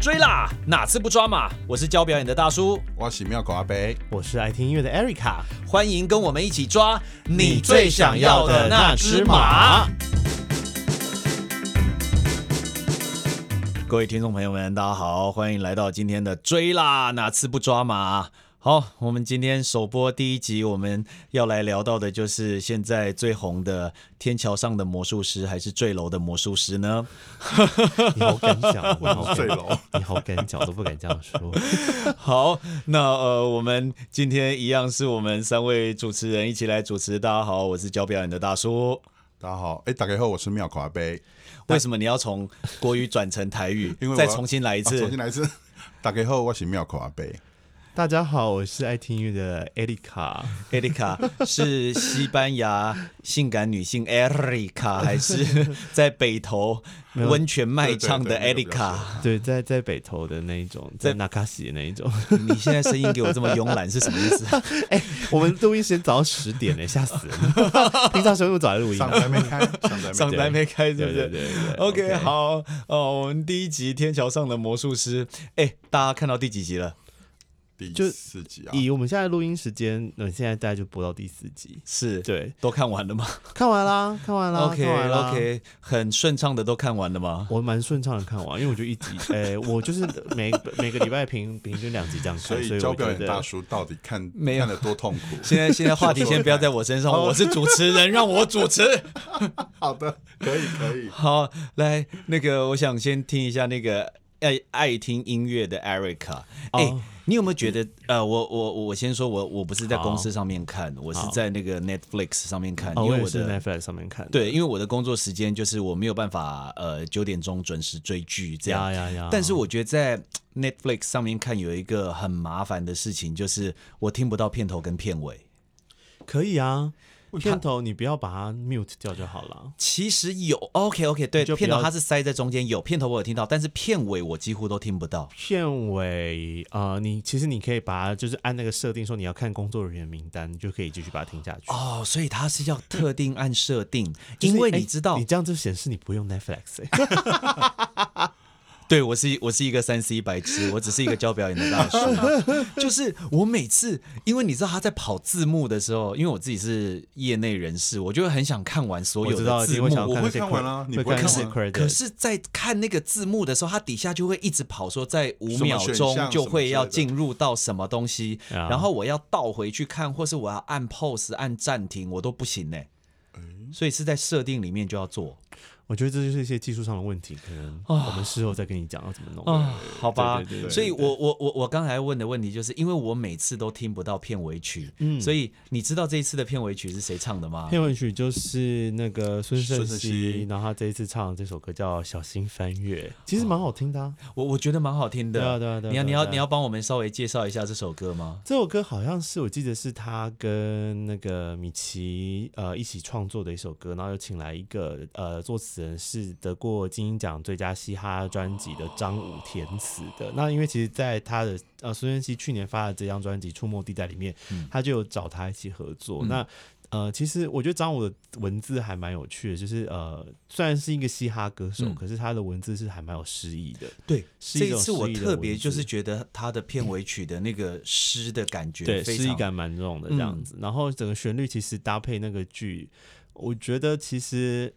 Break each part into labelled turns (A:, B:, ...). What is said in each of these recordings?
A: 追啦，哪次不抓马？我是教表演的大叔，
B: 我是妙狗阿北，
C: 我是爱听音乐的 Erica，
A: 欢迎跟我们一起抓你最想要的那只马。各位听众朋友们，大家好，欢迎来到今天的追啦，哪次不抓马？好，我们今天首播第一集，我们要来聊到的就是现在最红的《天桥上的魔术师》还是《坠楼的魔术师》呢？
C: 你好敢讲，你好敢
B: 坠楼，
C: 你好敢讲，我都不敢这样说。
A: 好，那呃，我们今天一样是我们三位主持人一起来主持。大家好，我是教表演的大叔。
B: 大家好，哎、打开后我是妙狗阿北，？
A: 为什么你要从国语转成台语
B: 因为我
A: 再
B: 要
A: 重新来一
B: 啊
A: 次
B: 重新。来一次。 打开后我是妙狗阿北，
C: 大家好，我是爱听音乐的 Erica，
A: e r i c a 是西班牙性感女性 Erica，还是在北投温泉卖唱的
B: 对对对
A: Erica？
C: 对，在在北投的那一种，在纳卡西的那一 种。
A: 你现在声音给我这么慵懒是什么意思？
C: 哎、我们录音时间早上十点呢、吓死 人！平常时候那么早来录音、
B: 上
C: 啊，
B: 台没开，上台没
A: 上
B: 开
A: 台没开，是
C: 对
A: 不
C: 对
A: 是？
C: 对对
A: OK，好，哦，我们第一集《天桥上的魔术师》，哎，大家看到第几集了？
B: 第
C: 就
B: 四集啊，
C: 以我们现在录音时间，那现在大概就播到第四集。
A: 是，
C: 对，
A: 都看完 了吗
C: 看完啦，看完啦
A: ？OK
C: 啊看完啦
A: OK，很顺畅的都看完了吗？
C: 我蛮顺畅的看完，因为我就一集，诶、我就是每每个礼拜平平均两集这样看，
B: 所
C: 所
B: 以教
C: 我
B: 表
C: 觉
B: 演大
C: 得
B: 叔到底看
A: 没有
B: 看得多痛苦？
A: 现在现在话 题先不要在我身上，我是主持人，让我主持。
B: 好的，可以可以。
A: 好，来，那个我想先听一下那个爱爱听音乐的 Erica，哎、
C: 哦
A: 你有没有觉得呃，我我我先说我，我不是在公司上面看，我是在那个 Netflix 上面看，因
C: 哦，我
A: 为
C: 也
A: 我
C: 是
A: 的。
C: Netflix 上面看的，
A: 对，因为我的工作时间就是我没有办法，呃，九点钟准时追剧这样
C: 呀。呀呀，
A: 但是我觉得在 Netflix 上面看有一个很麻烦的事情，就是我听不到片头跟片尾。
C: 可以啊，片头你不要把它 mute 掉就好了。
A: 其实有 OK OK，对，
C: 就不
A: 片头
C: 要
A: 它是塞在中间，有片头我有听到，但是片尾我几乎都听不到。
C: 片尾，呃，你其实你可以把它就是按那个设定说你要看工作人员名单，你就可以继续把它听下去。
A: 哦，所以它是要特定按设定，
C: 就是
A: 因为
C: 哎
A: 你知道，
C: 你这样就显示你不用 Netflix，、欸、
A: 对我是我是一个三 C 白痴，我只是一个教表演的大 叔。就是我每次，因为你知道他在跑字幕的时候，因为我自己是业内人士，我就会很想看完所
C: 我
A: 有
C: 知道
A: 的
C: 一
A: 字
C: 定
A: 幕
C: 会。想要
A: 我
C: 看
A: 会
C: 那些
B: 我会看完啊
C: credit-
B: 你
C: 会
B: 不会
C: 看那些
B: 看
C: credit，
A: 可是，在看那个字幕的时候，它底下就会一直跑说，在五秒
B: 什么选
A: 钟
B: 项
A: 就会要
B: 什么之类
A: 进
B: 的
A: 入到什么东西，
C: 啊
A: 然后我要倒回去看，或是我要按 pause 按暂停，我都不行呢、所以是在设定里面就要做。
C: 我觉得这就是一些技术上的问题，可能我们事后再跟你讲要怎么弄。
A: 啊，好吧
C: 对对对，对
A: 所以我我我我刚才问的问题就是，因为我每次都听不到片尾曲，
C: 嗯
A: 所以你知道这一次的片尾曲是谁唱的吗？
C: 片尾曲就是那个孙盛
B: 孙盛
C: 熙
B: 希，
C: 然后他这一次唱的这首歌叫《小心翻越》，其实蛮好听的、啊。
A: 我我觉得蛮好听的，
C: 对啊对啊对啊
A: 你要你
C: 对啊
A: 要
C: 对啊
A: 你要帮我们稍微介绍一下这首歌吗？
C: 这首歌好像是我记得是他跟那个米奇呃一起创作的一首歌，然后又请来一个呃作词人是得过金鹰奖最佳嘻哈专辑的张武填词的。那因为其实，在他的呃孙燕姿去年发的这张专辑《触摸地带》里面，他就有找他一起合作。那呃，其实我觉得张武的文字还蛮有趣的，就是呃，虽然是一个嘻哈歌手，
A: 嗯
C: 可是他的文字是还蛮有诗意的。
A: 对，
C: 是
A: 这
C: 一
A: 一
C: 种
A: 次我
C: 诗意的
A: 特别
C: 文字
A: 就是觉得它的片尾曲的那个诗的感觉，
C: 对，
A: 非
C: 嗯诗
A: 常嗯
C: 意感蛮重的这样子。然后整个旋律其实搭配那个剧，我觉得其实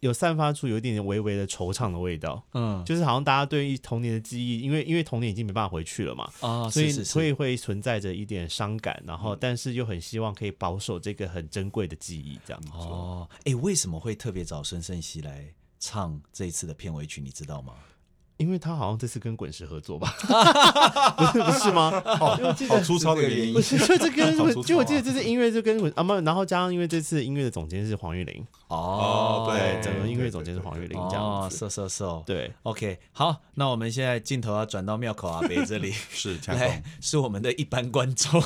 C: 有散发出有一点点微微的惆怅的味道，
A: 嗯
C: 就是好像大家对于童年的记忆，因为因为童年已经没办法回去了嘛。
A: 啊，
C: 所以，
A: 是嗯是是
C: 所以会存在着一点伤感，然后但是又很希望可以保守这个很珍贵的记忆，这样子。
A: 哦，哎，为什么会特别找孙盛熙来唱这一次的片尾曲？你知道吗？
C: 因为他好像这次跟滚石 合作吧？不是不是吗？因为我记得
B: 好粗糙的原因
C: 不，是，就这 跟
B: 好粗糙啊
C: 就我记得这次音乐就跟滚啊，没有然后加上因为这次音乐的总监是黄玉玲，
A: 哦，
B: 对
C: 对，整个音乐总监是黄玉玲这样
A: 哦，
C: 子。
A: 瘦瘦瘦，
C: 对，
A: OK，好，那我们现在镜头要转到庙口阿北这里，
B: 是强
A: 来
B: 攻
A: 是我们的一般观众，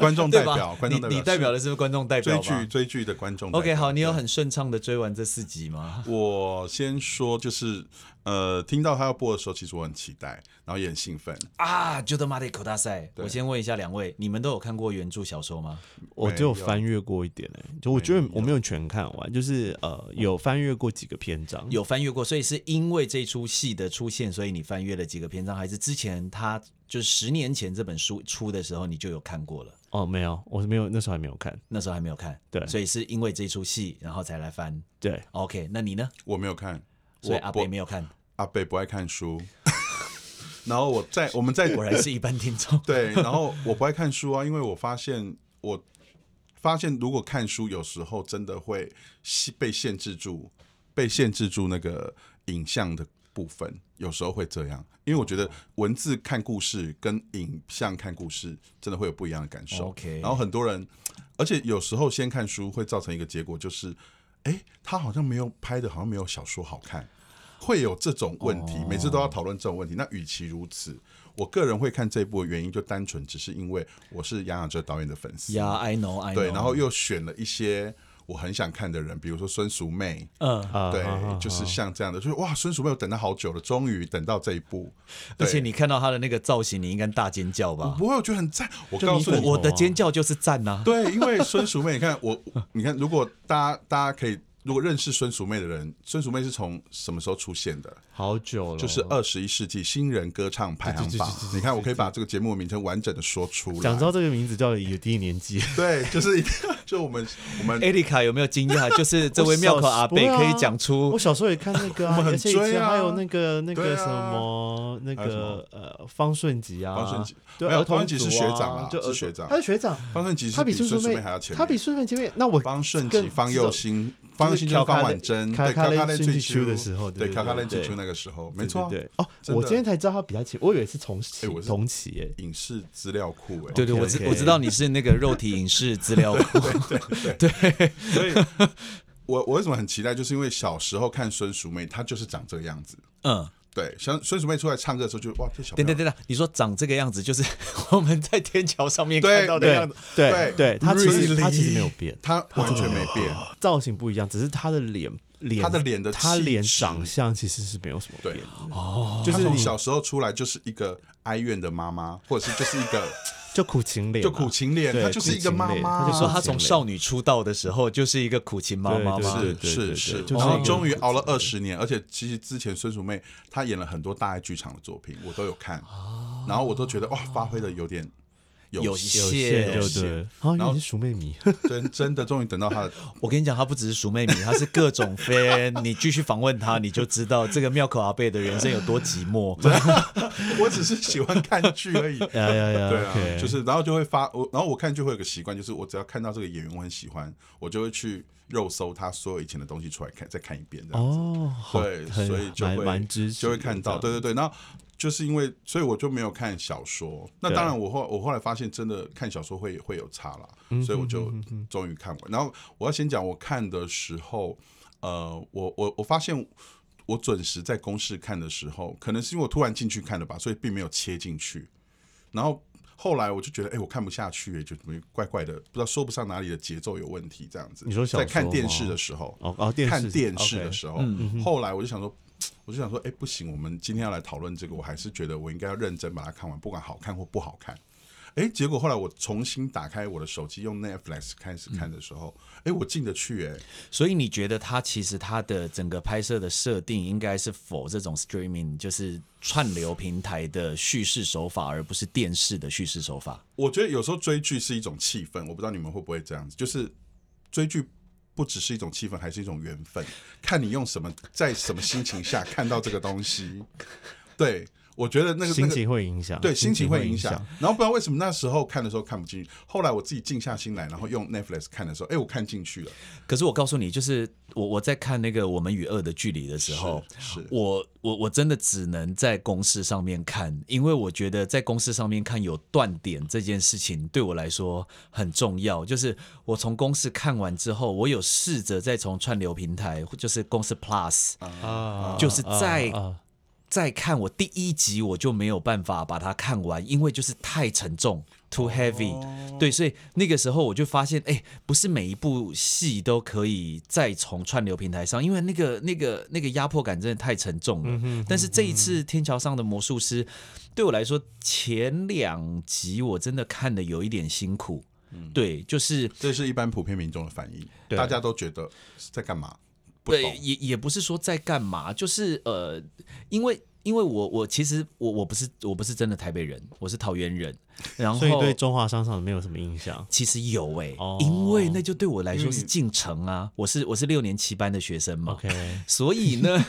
B: 观众代
A: 对
B: 表
A: 吧，？
B: 观众
A: 你
B: 代表，
A: 你代表的是不是观众代
B: 追
A: 表吧
B: 剧追剧的观众代表。
A: ？OK，好，你有很顺畅的追完这四集吗？
B: 我先说，就是呃，听到他要播的时候，其实我很期待，然后也很兴奋。
A: 啊，就他妈的口大赛。
B: 对
A: 我先问一下两位，你们都有看过原著小说吗？
C: 我只有翻阅过一点哎、就我觉得我没有全看完，就是呃有翻阅过几个篇章，
A: 有翻阅过，所以是因为这出戏的出现，所以你翻阅了几个篇章，还是之前他就是十年前这本书出的时候你就有看过了？
C: 哦没有，我是没有那时候还没有看，
A: 那时候还没有看，
C: 对
A: 所以是因为这出戏，然后才来翻。
C: 对
A: OK，那你呢？
B: 我没有看，
A: 所以
B: 我
A: 阿
B: 不
A: 北没有看，
B: 阿北不爱看书，然后我在我们在。
A: 果然是一般听众
B: 对，然后我不爱看书啊，因为我发现我发现如果看书，有时候真的会限被限制住，被限制住那个影像的部分，有时候会这样。因为我觉得文字看故事跟影像看故事真的会有不一样的感受。
A: OK
B: 然后很多人，而且有时候先看书会造成一个结果，就是哎，他好像没有拍的，好像没有小说好看。会有这种问
A: 哦
B: 题，每次都要讨论这种问题。那与其如此，我个人会看这部的原因，就单纯只是因为我是杨雅哲导演的粉丝，
A: 呀、i know，I know。
B: 对，然后又选了一些我很想看的人，比如说孙淑媚，
A: 嗯，
C: 啊、
B: 对
C: 好好，
B: 就是像这样的，就是哇，孙淑媚我等了好久了，终于等到这一部，
A: 而
B: 对
A: 且你看到他的那个造型，你应该大尖叫吧？
B: 不会，我觉得很赞。我
C: 就
B: 告
C: 你
B: 诉
C: 粉
B: 你，
A: 我的尖叫就是赞啊呐、
B: 对，因为孙淑媚，你看我，你看，如果大家大家可以。如果认识孙淑媚的人，孙淑媚是从什么时候出现的？
C: 好久了，
B: 就是二十一世纪新人歌唱排行榜
C: 哦对对对对。对
B: 你看，我可以把这个节目的名称完整的说出来。
C: 讲到这个名字叫有第一年纪，
B: 对，就是一定就我们我们
A: 艾丽卡有没有惊 讶？就是这位妙可阿北可以讲出
C: 我小时候也看那个、啊，
B: 我们很
C: 而且以
B: 追
C: 前
B: 啊
C: 还有那个那
B: 对
C: 个
B: 啊
C: 什么、那
B: 还有什
C: 个呃方顺吉啊，
B: 方顺吉
C: 对，
B: 没有
C: 儿童
B: 方顺吉是
C: 组
B: 学长啊
C: 就是儿童
B: 学长
C: 他是学长，
B: 方顺吉是
C: 他比
B: 比
C: 孙
B: 孙淑
C: 媚
B: 媚还要前面
C: 他比孙顺前面，那我
B: 方顺吉、
C: 更
B: 方佑兴、方佑兴就是
C: 就是卡卡
B: 方
C: 勒
B: 婉珍，
C: 卡
B: 对，
C: 卡勒
B: 卡勒
C: 进
B: 最
C: 去的时候对
B: 对，
C: 对
B: 卡卡
C: 对
B: 勒
C: 对
B: 最初那个时候，没
C: 对
B: 错啊，
C: 对哦，
B: 真的
C: 我今天才知道他比他前，我以为是同期
B: 哎我是
C: 同期耶。
B: 影视资料库哎，
A: 对对，我
C: OK，OK
A: 知我知道你是那个肉体影视资料库，
B: 所以我我为什么很期待，就是因为小时候看孙淑媚，她就是长这个样子。
A: 嗯，
B: 对，像孙淑媚出来唱歌的时候就，哇，这小朋
A: 等等
B: 友
A: 等等，你说长这个样子，就是我们在天桥上 面
B: 对
A: 看到的
C: 对
A: 样子，
C: 对
B: 对
C: 对，他其实
B: Really？
C: 他其实没有变，
B: 她完全没变。
C: 造型不一样，只是他的脸脸
B: 他的脸的
C: 他
B: 气
C: 脸
B: 质
C: 长相其实是没有什么
B: 对
C: 变哦的，
B: 就
C: 她
B: 是
C: 从
B: 从小时候出来就是一个哀怨的妈妈，或者是就是一 个
C: 就苦情脸啊，
B: 就苦情脸，
C: 对
B: 她就是一个妈妈。
C: 苦情脸
A: 说她从少女出道的时候就是一个苦情妈妈
C: 对
A: 嘛，
C: 对
B: 是
C: 对对
B: 是是，
C: 就是
B: 然后
C: 一个
B: 终于熬了二十年，而且其实之前孙淑媚她演了很多大爱剧场的作品，我都有看，然后我都觉得哇，哦发挥的有点
A: 有
B: 限，
C: 哦有
A: 谢
C: 线
B: 啊有
C: 就
B: 线
C: 对，好
B: 然
C: 像
B: 后
C: 你是熟妹迷，
B: 真真的终于等到她的，
A: 我跟你讲，她不只是熟妹迷，她是各种 fan。你继续访问她，你就知道这个妙可阿贝的人生有多寂寞。
B: 我只是喜欢看剧 而已。
C: 呀呀呀，
B: 对啊，
C: OK
B: 就是然后就会发我，然后我看剧会有个习惯，就是我只要看到这个演员我很喜欢，我就会去肉搜他所有以前的东西出来看，再看一遍这样子。
C: 哦，好
B: 对，
C: 很
B: 所以就
C: 蛮
B: 会
C: 蛮支持，
B: 就会看到，对，对对。那就是因为，所以我就没有看小说。那
C: 对
B: 当然，我后我后来发现，真的看小说会会有差啦，
C: 嗯
B: 所以我就终于看完。然后我要先讲，我看的时候，呃，我我我发现。我准时在公视看的时候，可能是因为我突然进去看了吧，所以并没有切进去。然后后来我就觉得，哎、我看不下去，就怎么怪怪的，不知道说不上哪里的节奏有问题，这样子。
C: 你说小
B: 在看
C: 说
B: 电
C: 吗
B: 视的时候，
C: 哦哦，电视
B: 看电视的
C: OK 嗯
B: 时候，后来我就想说，我就想说，哎、不行，我们今天要来讨论这个，我还是觉得我应该要认真把它看完，不管好看或不好看。哎、结果后来我重新打开我的手机，用 Netflix 开始看的时候，
C: 嗯
B: 哎、我进得去、哎，
A: 所以你觉得她其实她的整个拍摄的设定应该是否这种 streaming 就是串流平台的叙事手法，而不是电视的叙事手法？
B: 我觉得有时候追剧是一种气氛，我不知道你们会不会这样子，就是追剧。不只是一种气氛，还是一种缘分，看你用什么，在什么心情下看到这个东 西。对，我觉得那个那
C: 心
B: 个
C: 情会影响，
B: 对，心
C: 啊心
B: 情
C: 会
B: 会影响
C: 响。。
B: 然后不知道为什么那时候看的时候看不进去，后来我自己静下心来，然后用 Netflix 看的时候，哎，我看进去了。
A: 可是我告诉你，就是我我在看那个《我们与恶的距离》的时候，
B: 是是
A: 我我我真的只能在公式上面看，因为我觉得在公式上面看有断点这件事情对我来说很重要。就是我从公式看完之后，我有试着再从串流平台，就是公式 Plus，、
C: 啊
A: 就是在
C: 啊啊
A: 再看我第一集，我就没有办法把它看完，因为就是太沉重。 too heavy，、对，所以那个时候我就发现，哎、不是每一部戏都可以再从串流平台上，因为那个那个那个压迫感真的太沉重了。但是这一次《天桥上的魔术师》对我来说，前两集我真的看的有一点辛苦。对，就是
B: 这是一般普遍民众的反应，
C: 对
B: 大家都觉得是在干嘛？不
A: 对，
B: 懂，
A: 也也不是说在干嘛，就是呃，因为因为我我其实我我不是我不是真的台北人，我是桃园人，然后
C: 所以对中华商场没有什么印象。
A: 其实有哎、
C: 哦
A: 因为那就对我来说是进城啊，我是我是六年七班的学生嘛
C: OK，
A: 所以呢，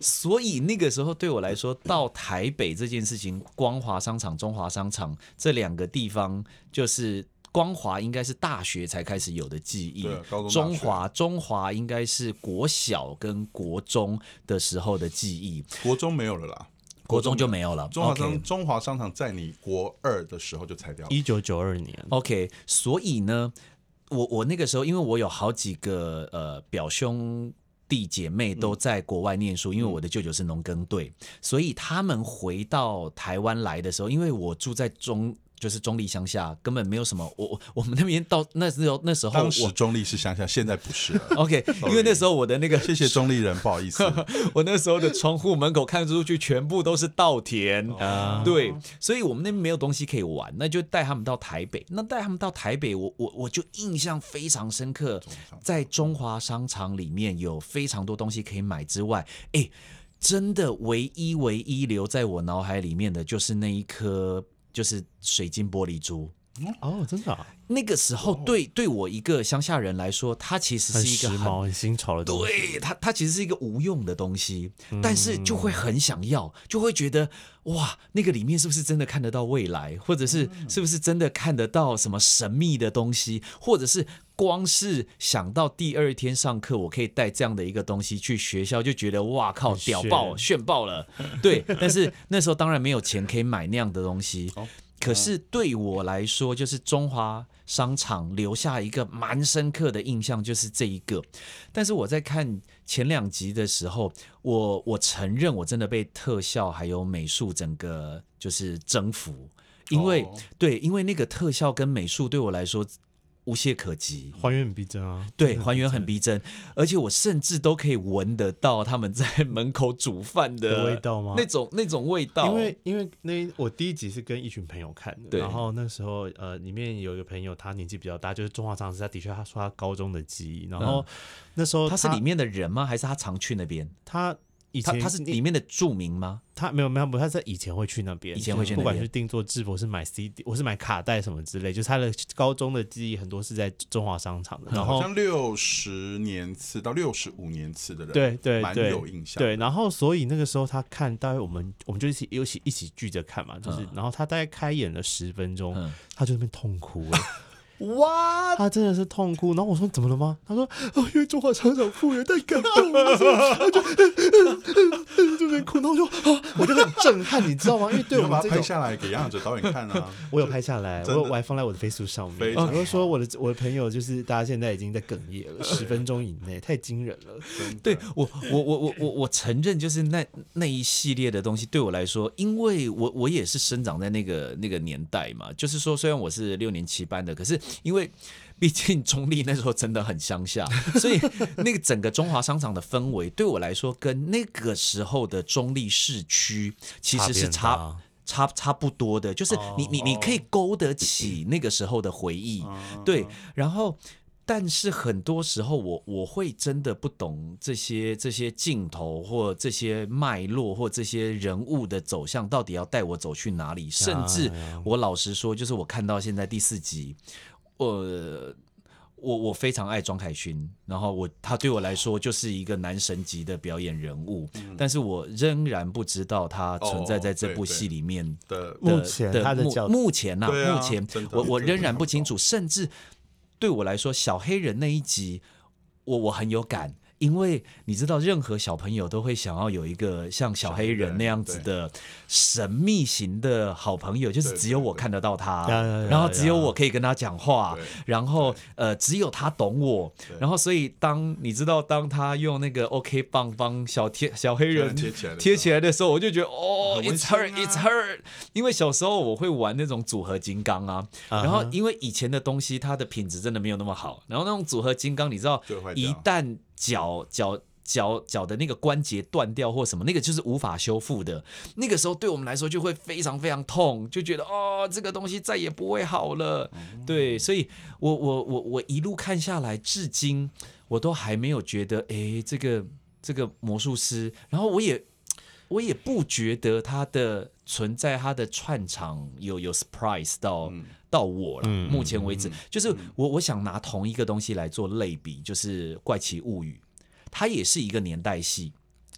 A: 所以那个时候对我来说，到台北这件事情，光华商场、中华商场这两个地方，就是光华应该是大学才开始有的记忆
B: 对啊高中，大
A: 中
B: 学
A: 华中华应该是国小跟国中的时候的记忆，
B: 国中没有了啦，
A: 国中就没有了。
B: 中华商
A: OK
B: 中华商场在你国二的时候就拆掉了，
C: 一九九二年
A: OK，所以呢，我我那个时候，因为我有好几个呃表兄弟姐妹都
B: 嗯
A: 在国外念书，因为我的舅舅是农耕队，所以他们回到台湾来的时候，因为我住在中。就是中立乡下，根本没有什么。我我我们那边到那时候那时候
B: 当时
A: 我
B: 中立是乡下，现在不是了。
A: OK，因为那时候我的那个
B: 谢谢中立人，不好意思，
A: 我那时候的窗户门口看出去全部都是稻田，
C: 啊，
A: 对，所以我们那边没有东西可以玩，那就带他们到台北。那带他们到台北，我我我就印象非常深刻
B: 商，
A: 在中华商场里面有非常多东西可以买之外，哎，真的唯一唯一留在我脑海里面的就是那一颗就是水晶玻璃珠。
C: 哦，真的、啊、
A: 那个时候对对我一个乡下人来说，它其实
C: 很
A: 是一
C: 时
A: 个很
C: 髦、很新潮的东西。嗯
A: 对它，它其实是一个无用的东西，但是就会很想要，就会觉得哇，那个里面是不是真的看得到未来，或者是
C: 嗯
A: 是不是真的看得到什么神秘的东西，或者是光是想到第二天上课，我可以带这样的一个东西去学校，就觉得哇靠，
C: 很
A: 屌
C: 炫
A: 爆，炫爆了。 对，但是那时候当然没有钱可以买那样的东西。
C: 哦
A: 可是对我来说，就是中华商场留下一个蛮深刻的印象，就是这一个。但是我在看前两集的时候，我我承认我真的被特效还有美术整个就是征服，因为、
B: 哦
A: 对，因为那个特效跟美术对我来说无懈可击。
C: 还原很逼真啊！
A: 对，还原很逼真，而且我甚至都可以闻得到他们在门口煮饭的
C: 的味道吗
A: 那种那种味道，
C: 因为因为那我第一集是跟一群朋友看的，
A: 对
C: 然后那时候呃，里面有一个朋友他年纪比较大，就是中华常识，他的确他说他高中的记忆，然后那时候
A: 嗯他是里
C: 面
A: 面的人吗？还是他常去那边？
C: 他以
A: 他
C: 前
A: 他是里面的著名吗？
C: 他没有没有不，他在以前会去那边，
A: 以前会去那边
C: 不管是定做制服，是买 CD，我是买卡带什么之类，就是他的高中的记忆很多是在中华商场
A: 嗯
C: 的，然
B: 好
C: 后
B: 像六十年次到六十五年次的人，
C: 对对
B: 蛮
C: 对
B: 有印象的。
C: 对，然后所以那个时候他看，大概我们我们就一起一起一起聚着看嘛，就是、然后他大概开演了十分钟，
A: 嗯
C: 他就在那边痛哭 了，
A: 哇，
C: 他真的是痛哭。然后我说怎么了吗？他说 哦，因为中华商场复原太感动了，所以他 就就在那边哭。然后我就啊，我就很震撼，你知道吗？因为对
B: 你要
C: 我们
B: 把它
C: 这
B: 拍
C: 种。
B: 下来给杨雅哲导演看 啊。
C: 我有拍下来，我
B: 真的
C: 有我还放在我的 Facebook 上面
B: 非。
C: 我
B: 常
C: 就说我的我的朋友就是大家现在已经在哽咽了，十分钟以内太惊人了。
A: 对我，我我我我我承认，就是那那一系列的东西对我来说，因为我我也是生长在那个那个年代嘛，就是说虽然我是六年七班的，可是因为毕竟中立那时候真的很乡下，所以那个整个中华商场的氛围对我来说，跟那个时候的中立市区其实是
C: 差别
A: 差
C: 很大。
A: 差差不多的，就是你你你可以勾得起那个时候的回忆，对，然后。但是很多时候我，我会真的不懂这些这些镜头或这些脉络或这些人物的走向到底要带我走去哪里。甚至我老实说，就是我看到现在第四集，呃，我我非常爱庄凯勋，然后我他对我来说就是一个男神级的表演人物，
B: 嗯
A: 但是我仍然不知道他存在在这部戏里面的
B: 的
C: 哦目前
A: 的
C: 他的
A: 目
C: 角
A: 目前呐、
B: 对啊
A: 目前
B: 真的
A: 我我
B: 真的
A: 仍然不清楚，甚至对我来说，小黑人那一集，我我很有感，因为你知道，任何小朋友都会想要有一个像小黑人那样子的神秘型的好朋友，就是
B: 对
A: 只有我看得到他
C: 呀呀呀，
A: 然后只有我可以跟他讲话
B: 对，
A: 然后呃，只有他懂我，然后所以当你知道，当他用那个 OK 棒帮小贴小黑人
B: 贴起来的时候
A: 贴起来的时候，我就觉得哦
B: 很温
A: ，It's
B: 馨啊
A: her, It's her。因为小时候我会玩那种组合金刚啊，
C: 啊哈
A: 然后因为以前的东西它的品质真的没有那么好，然后那种组合金刚，你知道
B: 就会坏掉
A: 一旦脚脚。脚脚的那个关节断掉或什么，那个就是无法修复的。那个时候对我们来说就会非常非常痛，就觉得哦，这个东西再也不会好了。
B: 嗯
A: 对，所以我我我我一路看下来，至今我都还没有觉得，诶，这个这个魔术师，然后我也我也不觉得他的存在，他的串场有有 surprise 到、到我了。目前为止，就是我我想拿同一个东西来做类比，就是《怪奇物语》，它也是一个年代戏，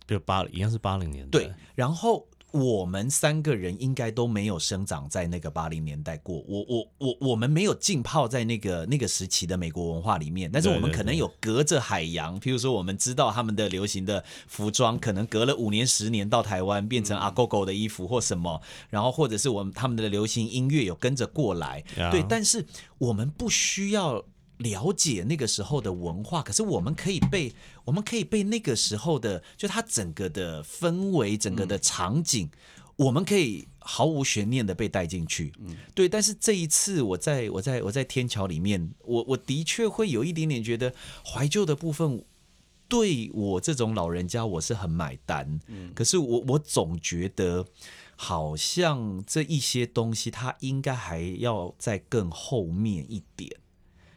C: 就八一样是八零年代，
A: 对，然后我们三个人应该都没有生长在那个八零年代过，我我我我们没有浸泡在那个那个时期的美国文化里面，但是
C: 对
A: 我们
C: 对
A: 可能
C: 对
A: 有隔着海洋，譬如说我们知道他们的流行的服装，可能隔了五年十年到台湾变成阿狗狗的衣服或什么，然后或者是我们他们的流行音乐有跟着过来，
C: 呀
A: 对，但是我们不需要了解那个时候的文化，可是我们可以被我们可以被那个时候的就它整个的氛围、整个的场景，我们可以毫无悬念的被带进去。对。但是这一次我在我在我在天桥里面，我我的确会有一点点觉得怀旧的部分。对我这种老人家，我是很买单。可是我我总觉得，好像这一些东西，它应该还要在更后面一点，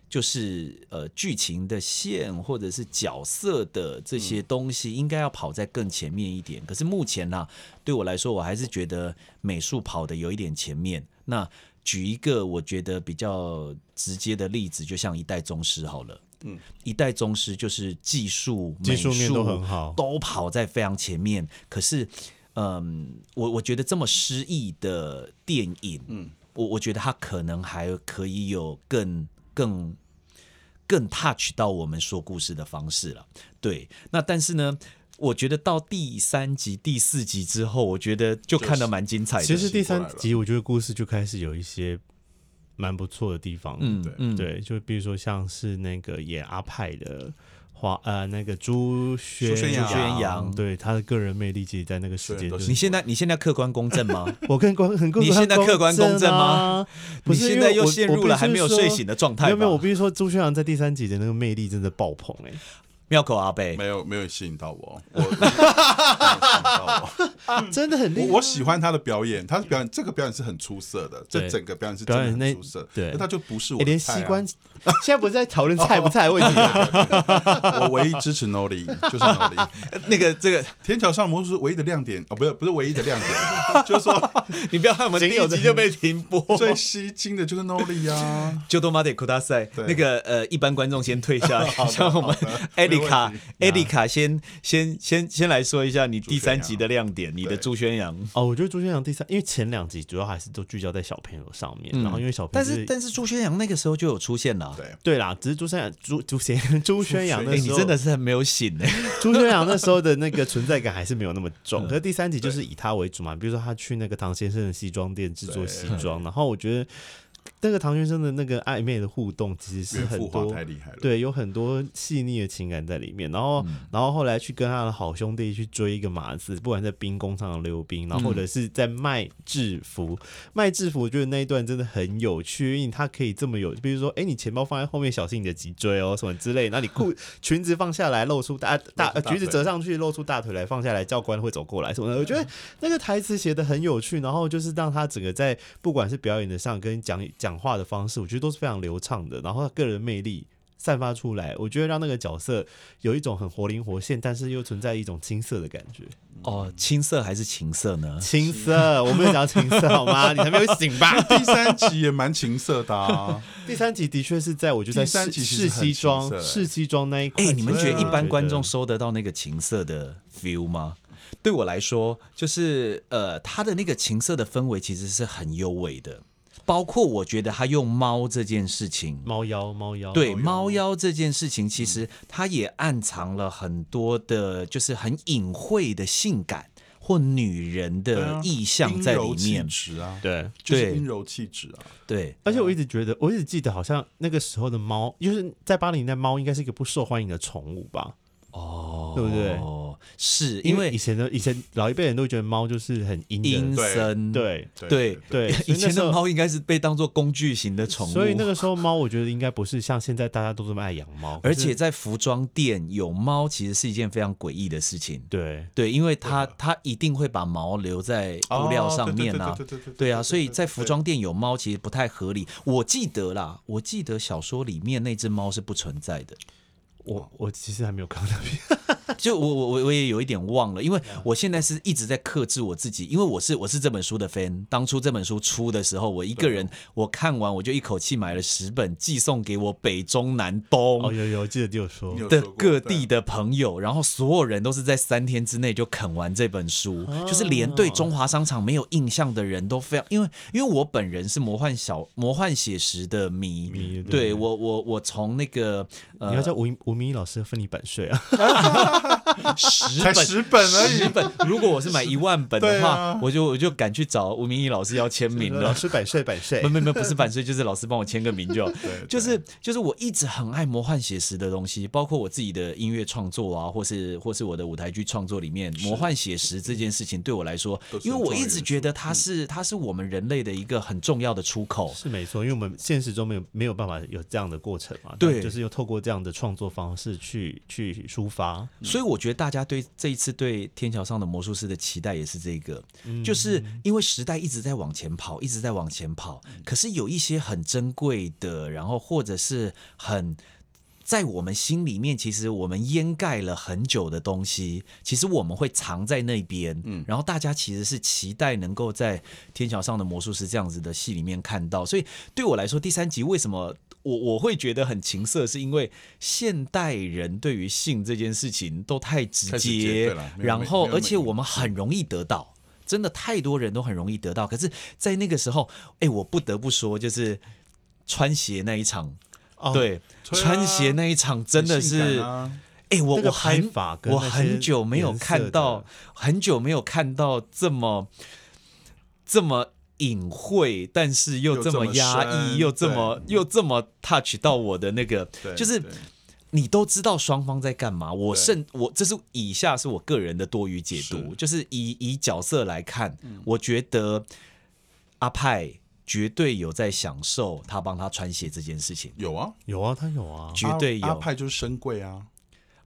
A: 就是呃剧情的线或者是角色的这些东西，应该要跑在更前面一点。可是目前呢、啊对我来说，我还是觉得美术跑的有一点前面。那举一个我觉得比较直接的例子，就像一代宗师好了。
B: 嗯，
A: 一代宗师就是技术、
C: 技术
A: 美
C: 面都很好
A: 都跑在非常前面。可是，嗯，我我觉得这么诗意的电影，嗯，我我觉得它可能还可以有更更更 touch 到我们说故事的方式了。对，那但是呢，我觉得到第三集、第四集之后，我觉得就看得蛮精彩的。
C: 其实
B: 醒
C: 第三
B: 过来了
C: 集我觉得故事就开始有一些蛮不错的地方，
A: 嗯，
B: 对
A: 嗯，
C: 对，就比如说像是那个演阿派的华呃那个朱
B: 朱
C: 轩
B: 宣
A: 朱宣
C: 阳，
A: 阳
C: 对他的个人魅力，其实在那个时
B: 虽
C: 间
B: 然都
C: 就是
A: 你
C: 是。
A: 现在你现在客观公正吗？
C: 我跟观很客观，
A: 你现在客观公正吗？
C: 啊不
A: 你
C: 是，
A: 现
C: 因
A: 在
C: 为
A: 又
C: 我
A: 陷入了还没有睡醒。的状
C: 我必须说没
A: 态
C: 有没有，我
A: 吧？
C: 必须说朱轩阳在第三集的那个魅力真的爆棚哎、
A: 妙口阿贝，
B: 没有没有吸引到我， 我没有吸引到我
C: 真的很厉
B: 我
C: 害。
B: 我喜欢他的表演，他的表演这个表演是很出色的，这
C: 对
B: 整个表演是
C: 表演
B: 真的
C: 那
B: 很出色，
C: 对
B: 那他就不是我
C: 欸
B: 的
C: 连
B: 菜啊
C: 西关， 现在不是在讨论菜不菜的问题啊，
B: 我唯一支持 Nolly 就是 Nolly，
A: 那个这个，
B: 天桥上魔术师唯一的亮点哦，不是不是唯一的亮点，就是 说
A: 你不要看我们第
C: 仅有
A: 一
C: 的
A: 集就被停 播。
B: 最吸睛的就是 Nolly 啊，
A: 就多马得库大赛，
B: 对
A: 那个呃，一般观众先退下来， 像我们艾丽卡
B: 没问题，
A: 艾丽卡先先先先来说一下你第三
B: 宣
A: 集
B: 扬
A: 的亮点，你的
B: 对
A: 朱宣阳。
C: 哦，我觉得朱宣阳第三，因为前两集主要还是都聚焦在小朋友上面，然后因为小朋
A: 嗯但
C: 友
A: 是但是朱宣阳那个时候就有出现了，啊
B: 对，
C: 对啦，只是朱宣阳朱朱贤朱宣阳
A: 哎、
C: 那
A: 你
C: 时候，
A: 真的是很没有醒哎、
C: 朱宣阳那时候的那个存在感还是没有那么
A: 嗯
C: 重。可是第三集就是以他为主嘛，比如说他去那个唐先生的西装店制作西装，然后我觉得那个唐先生的那个暧昧的互动其实是
B: 袁
C: 很
B: 富
C: 多
B: 华太厉害了，
C: 对，有很多细腻的情感在里面。然后，
A: 嗯
C: 然后后来去跟他的好兄弟去追一个马子，不管在兵工厂溜冰，然
A: 嗯
C: 后或者是在卖制服，卖制服，我觉得那一段真的很有趣，因为他可以这么有，比如说，哎，你钱包放在后面，小心你的脊椎哦，什么之类。那你裤裙子放下来，露出大
B: 露出
C: 大
B: 大
C: 呃
B: 腿
C: 橘子折上去，露出大腿来，放下来，教官会走过来什么的。我觉得那个台词写的很有趣，然后就是让他整个在不管是表演的上跟讲讲话的方式，我觉得都是非常流畅的，然后他个人魅力。散发出来，我觉得让那个角色有一种很活灵活现，但是又存在一种青涩的感觉。
A: 哦，青涩还是情涩 呢？
C: 青涩，我没有讲青涩好吗？你还没有醒吧？
B: 第三集也蛮情色的 啊，
C: 第三集的确是在我就在
B: 第三
C: 试
B: 集其实很
C: 试西装
B: 青涩欸啊
C: 试西装那一块
A: 哎、
C: 其实我得，
A: 你们觉得一般观众收得到那个情色的 feel 吗？对我来说，就是呃，他的那个情色的氛围其实是很优美的，包括我觉得他用猫这件事情，
C: 猫妖猫妖，
A: 对猫妖这件事情，其实它也暗藏了很多的，就是很隐晦的性感或女人
B: 对
A: 的
B: 啊
A: 意象在里
B: 阴柔气
A: 面。
B: 质啊，，
C: 对。
B: 就是
A: 对
B: 阴柔气质啊，
A: 对，
C: 而且我一直觉得，我一直记得好像那个时候的猫，就是在八零年代，猫应该是一个不受欢迎的宠物吧？
A: 哦，
C: 对不对？
A: 是
C: 因
A: 因为
C: 以前的以前老一辈人都觉得猫就是很阴
A: 阴
C: 的，
B: 对
A: 森，
C: 对
A: 对
B: 对
C: 对，所
A: 以
C: 以那
A: 前
C: 时
A: 的
C: 候
A: 猫应该是被当做工具型的宠物，
C: 所以那个时候猫，我觉得应该不是像现在大家都这么爱养猫，
A: 而
C: 可是
A: 且在服装店有猫，其实是一件非常诡异的事情。
C: 对
A: 对，因为它它一定会把毛留在布料上面啊
B: 哦，对对对对对对对
A: 对啊，
B: 对
A: 所以在
B: 对
A: 服装店有猫其实不太合理。我记得啦，我记得小说里面那只猫是不存在的，
C: 我我其实还没有看到那边，
A: 就我我我我也有一点忘了，因为
C: 嗯
A: 我现在是一直在克制我自己，因为我是我是这本书的 fan。当初这本书出的时候，我一个人我看完我就一口气买了十本，寄送给我北中南东。
C: 哦有有，记得你有说
B: 你有
A: 的
B: 说过
A: 各
B: 对
A: 地的朋友，然后所有人都是在三天之内就啃完这本书，
C: 啊
A: 就是连对中华商场没有印象的人都非常，因为因为我本人是魔幻小魔幻写实的迷，
C: 迷对
A: 对我我我从那个
C: 你要
A: 呃
C: 叫吴明吴明义老师分你版税啊，
A: 十
B: 才
A: 本
B: 十本而已
A: 十本，如果我是买一万本的
B: 对
A: 话，
B: 啊
A: 我就我就敢去找吴明义老师要签名了
C: 老。师版税版税
A: 没，没没，不是版税，就是老师帮我签个名就好。
B: 对
A: 就是就是我一直很爱魔幻写实的东西，包括我自己的音乐创作啊，或是或是我的舞台剧创作里面，魔幻写实这件事情对我来说
B: 都，是
A: 因为
B: 很
A: 我
B: 重
A: 一
B: 要的嗯
A: 直
B: 元
A: 觉得它是它是我们人类的一个很重要的出口。
C: 是没错，因为我们现实中没有没有办法有这样的过程嘛，
A: 对
C: 但就是又透过这样的创作方式去去抒发，
A: 所以我觉得大家对这一次对《天桥上的魔术师》的期待也是这个，
B: 嗯
A: 就是因为时代一直在往前跑，一直在往前跑，
B: 嗯
A: 可是有一些很珍贵的，然后或者是很。在我们心里面，其实我们掩盖了很久的东西，其实我们会藏在那边。嗯，然后大家其实是期待能够在《天桥上的魔术师》这样子的戏里面看到。所以对我来说，第三集为什么我我会觉得很情色，是因为现代人对于性这件事情都太直
B: 太直接
A: 接
B: 对啦，没有
A: 然
B: 没
A: 后
B: 没有
A: 而且
B: 美
A: 我们很容易得到。真的太多人都很容易得到，可是，在那个时候，哎、我不得不说，就是穿鞋那一场，
C: 哦，
A: 对，
B: 对啊
A: 穿鞋那一场真的
B: 很
A: 是，
B: 性
A: 哎、
B: 感啊
A: 我
C: 那
A: 我
C: 个拍
A: 很
C: 法跟
A: 我
C: 那些
A: 很久没有
C: 颜色
A: 看到
C: 的，
A: 很久没有看到这么这么隐晦，但是又
B: 又
A: 这
B: 这
A: 么
B: 么
A: 压抑，
B: 深
A: 又这么又这么 touch 到我的那个
B: 对，
A: 就是
B: 对
A: 你都知道双方在干嘛。我
B: 对
A: 甚我这是以下是我个人的多余解读，
B: 是嗯
A: 就是以以角色来看，我觉得阿派绝对有在享受他帮他穿鞋这件事情。
B: 有啊，
C: 有啊，他有啊，
A: 绝对
B: 阿阿
A: 有，
B: 派就是深贵啊，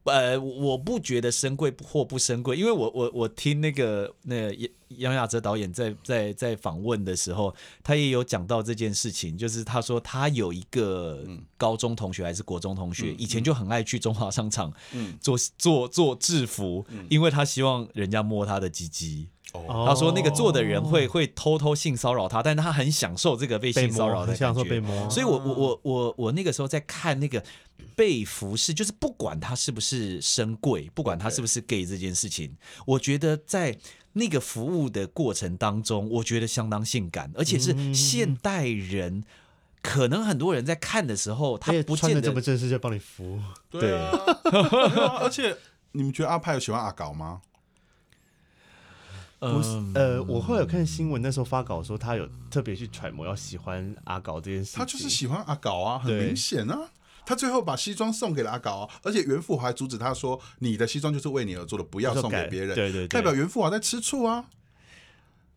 A: 呃，我不觉得深贵或不深贵，因为我我我听那个那个杨雅哲导演在在在访问的时候，他也有讲到这件事情，就是他说他有一个高中同学还是国中同学，以前就很爱去中华商场
B: 嗯
A: 做做做制服，因为他希望人家摸他的鸡鸡。
B: 哦，
C: 哦
A: 他说那个做的人会会偷偷性骚扰他，但他很享受这个被
C: 被
A: 性骚扰
C: 摸，
A: 的
C: 很
A: 感
C: 像
A: 觉
C: 说。被摸，哎
A: 所以我我我我我那个时候在看那个被服饰，就是不管他是不是深贵，不管他是不是 gay 这件事情，我觉得在那个服务的过程当中，我觉得相当性感，而且是现代人。可能很多人在看的时候，他
C: 而且
A: 不
C: 哎穿
A: 见
C: 的
A: 得
C: 这么正式就帮你服务，
B: 对啊，对啊而且你们觉得阿派有喜欢阿搞吗？
A: 呃嗯
C: 不是，呃，我后来有看新闻，那时候发稿说他有特别去揣摩要喜欢阿搞这件事情，
B: 他就是喜欢阿搞啊，很
C: 对
B: 明显啊。他最后把西装送给了阿搞啊，而且袁富华还阻止他说：“你的西装就是为你而做的，不要
C: 就
B: 送
C: 改
B: 给别人。”
C: 对对
B: 代
C: 对
B: 表袁富华在吃醋啊。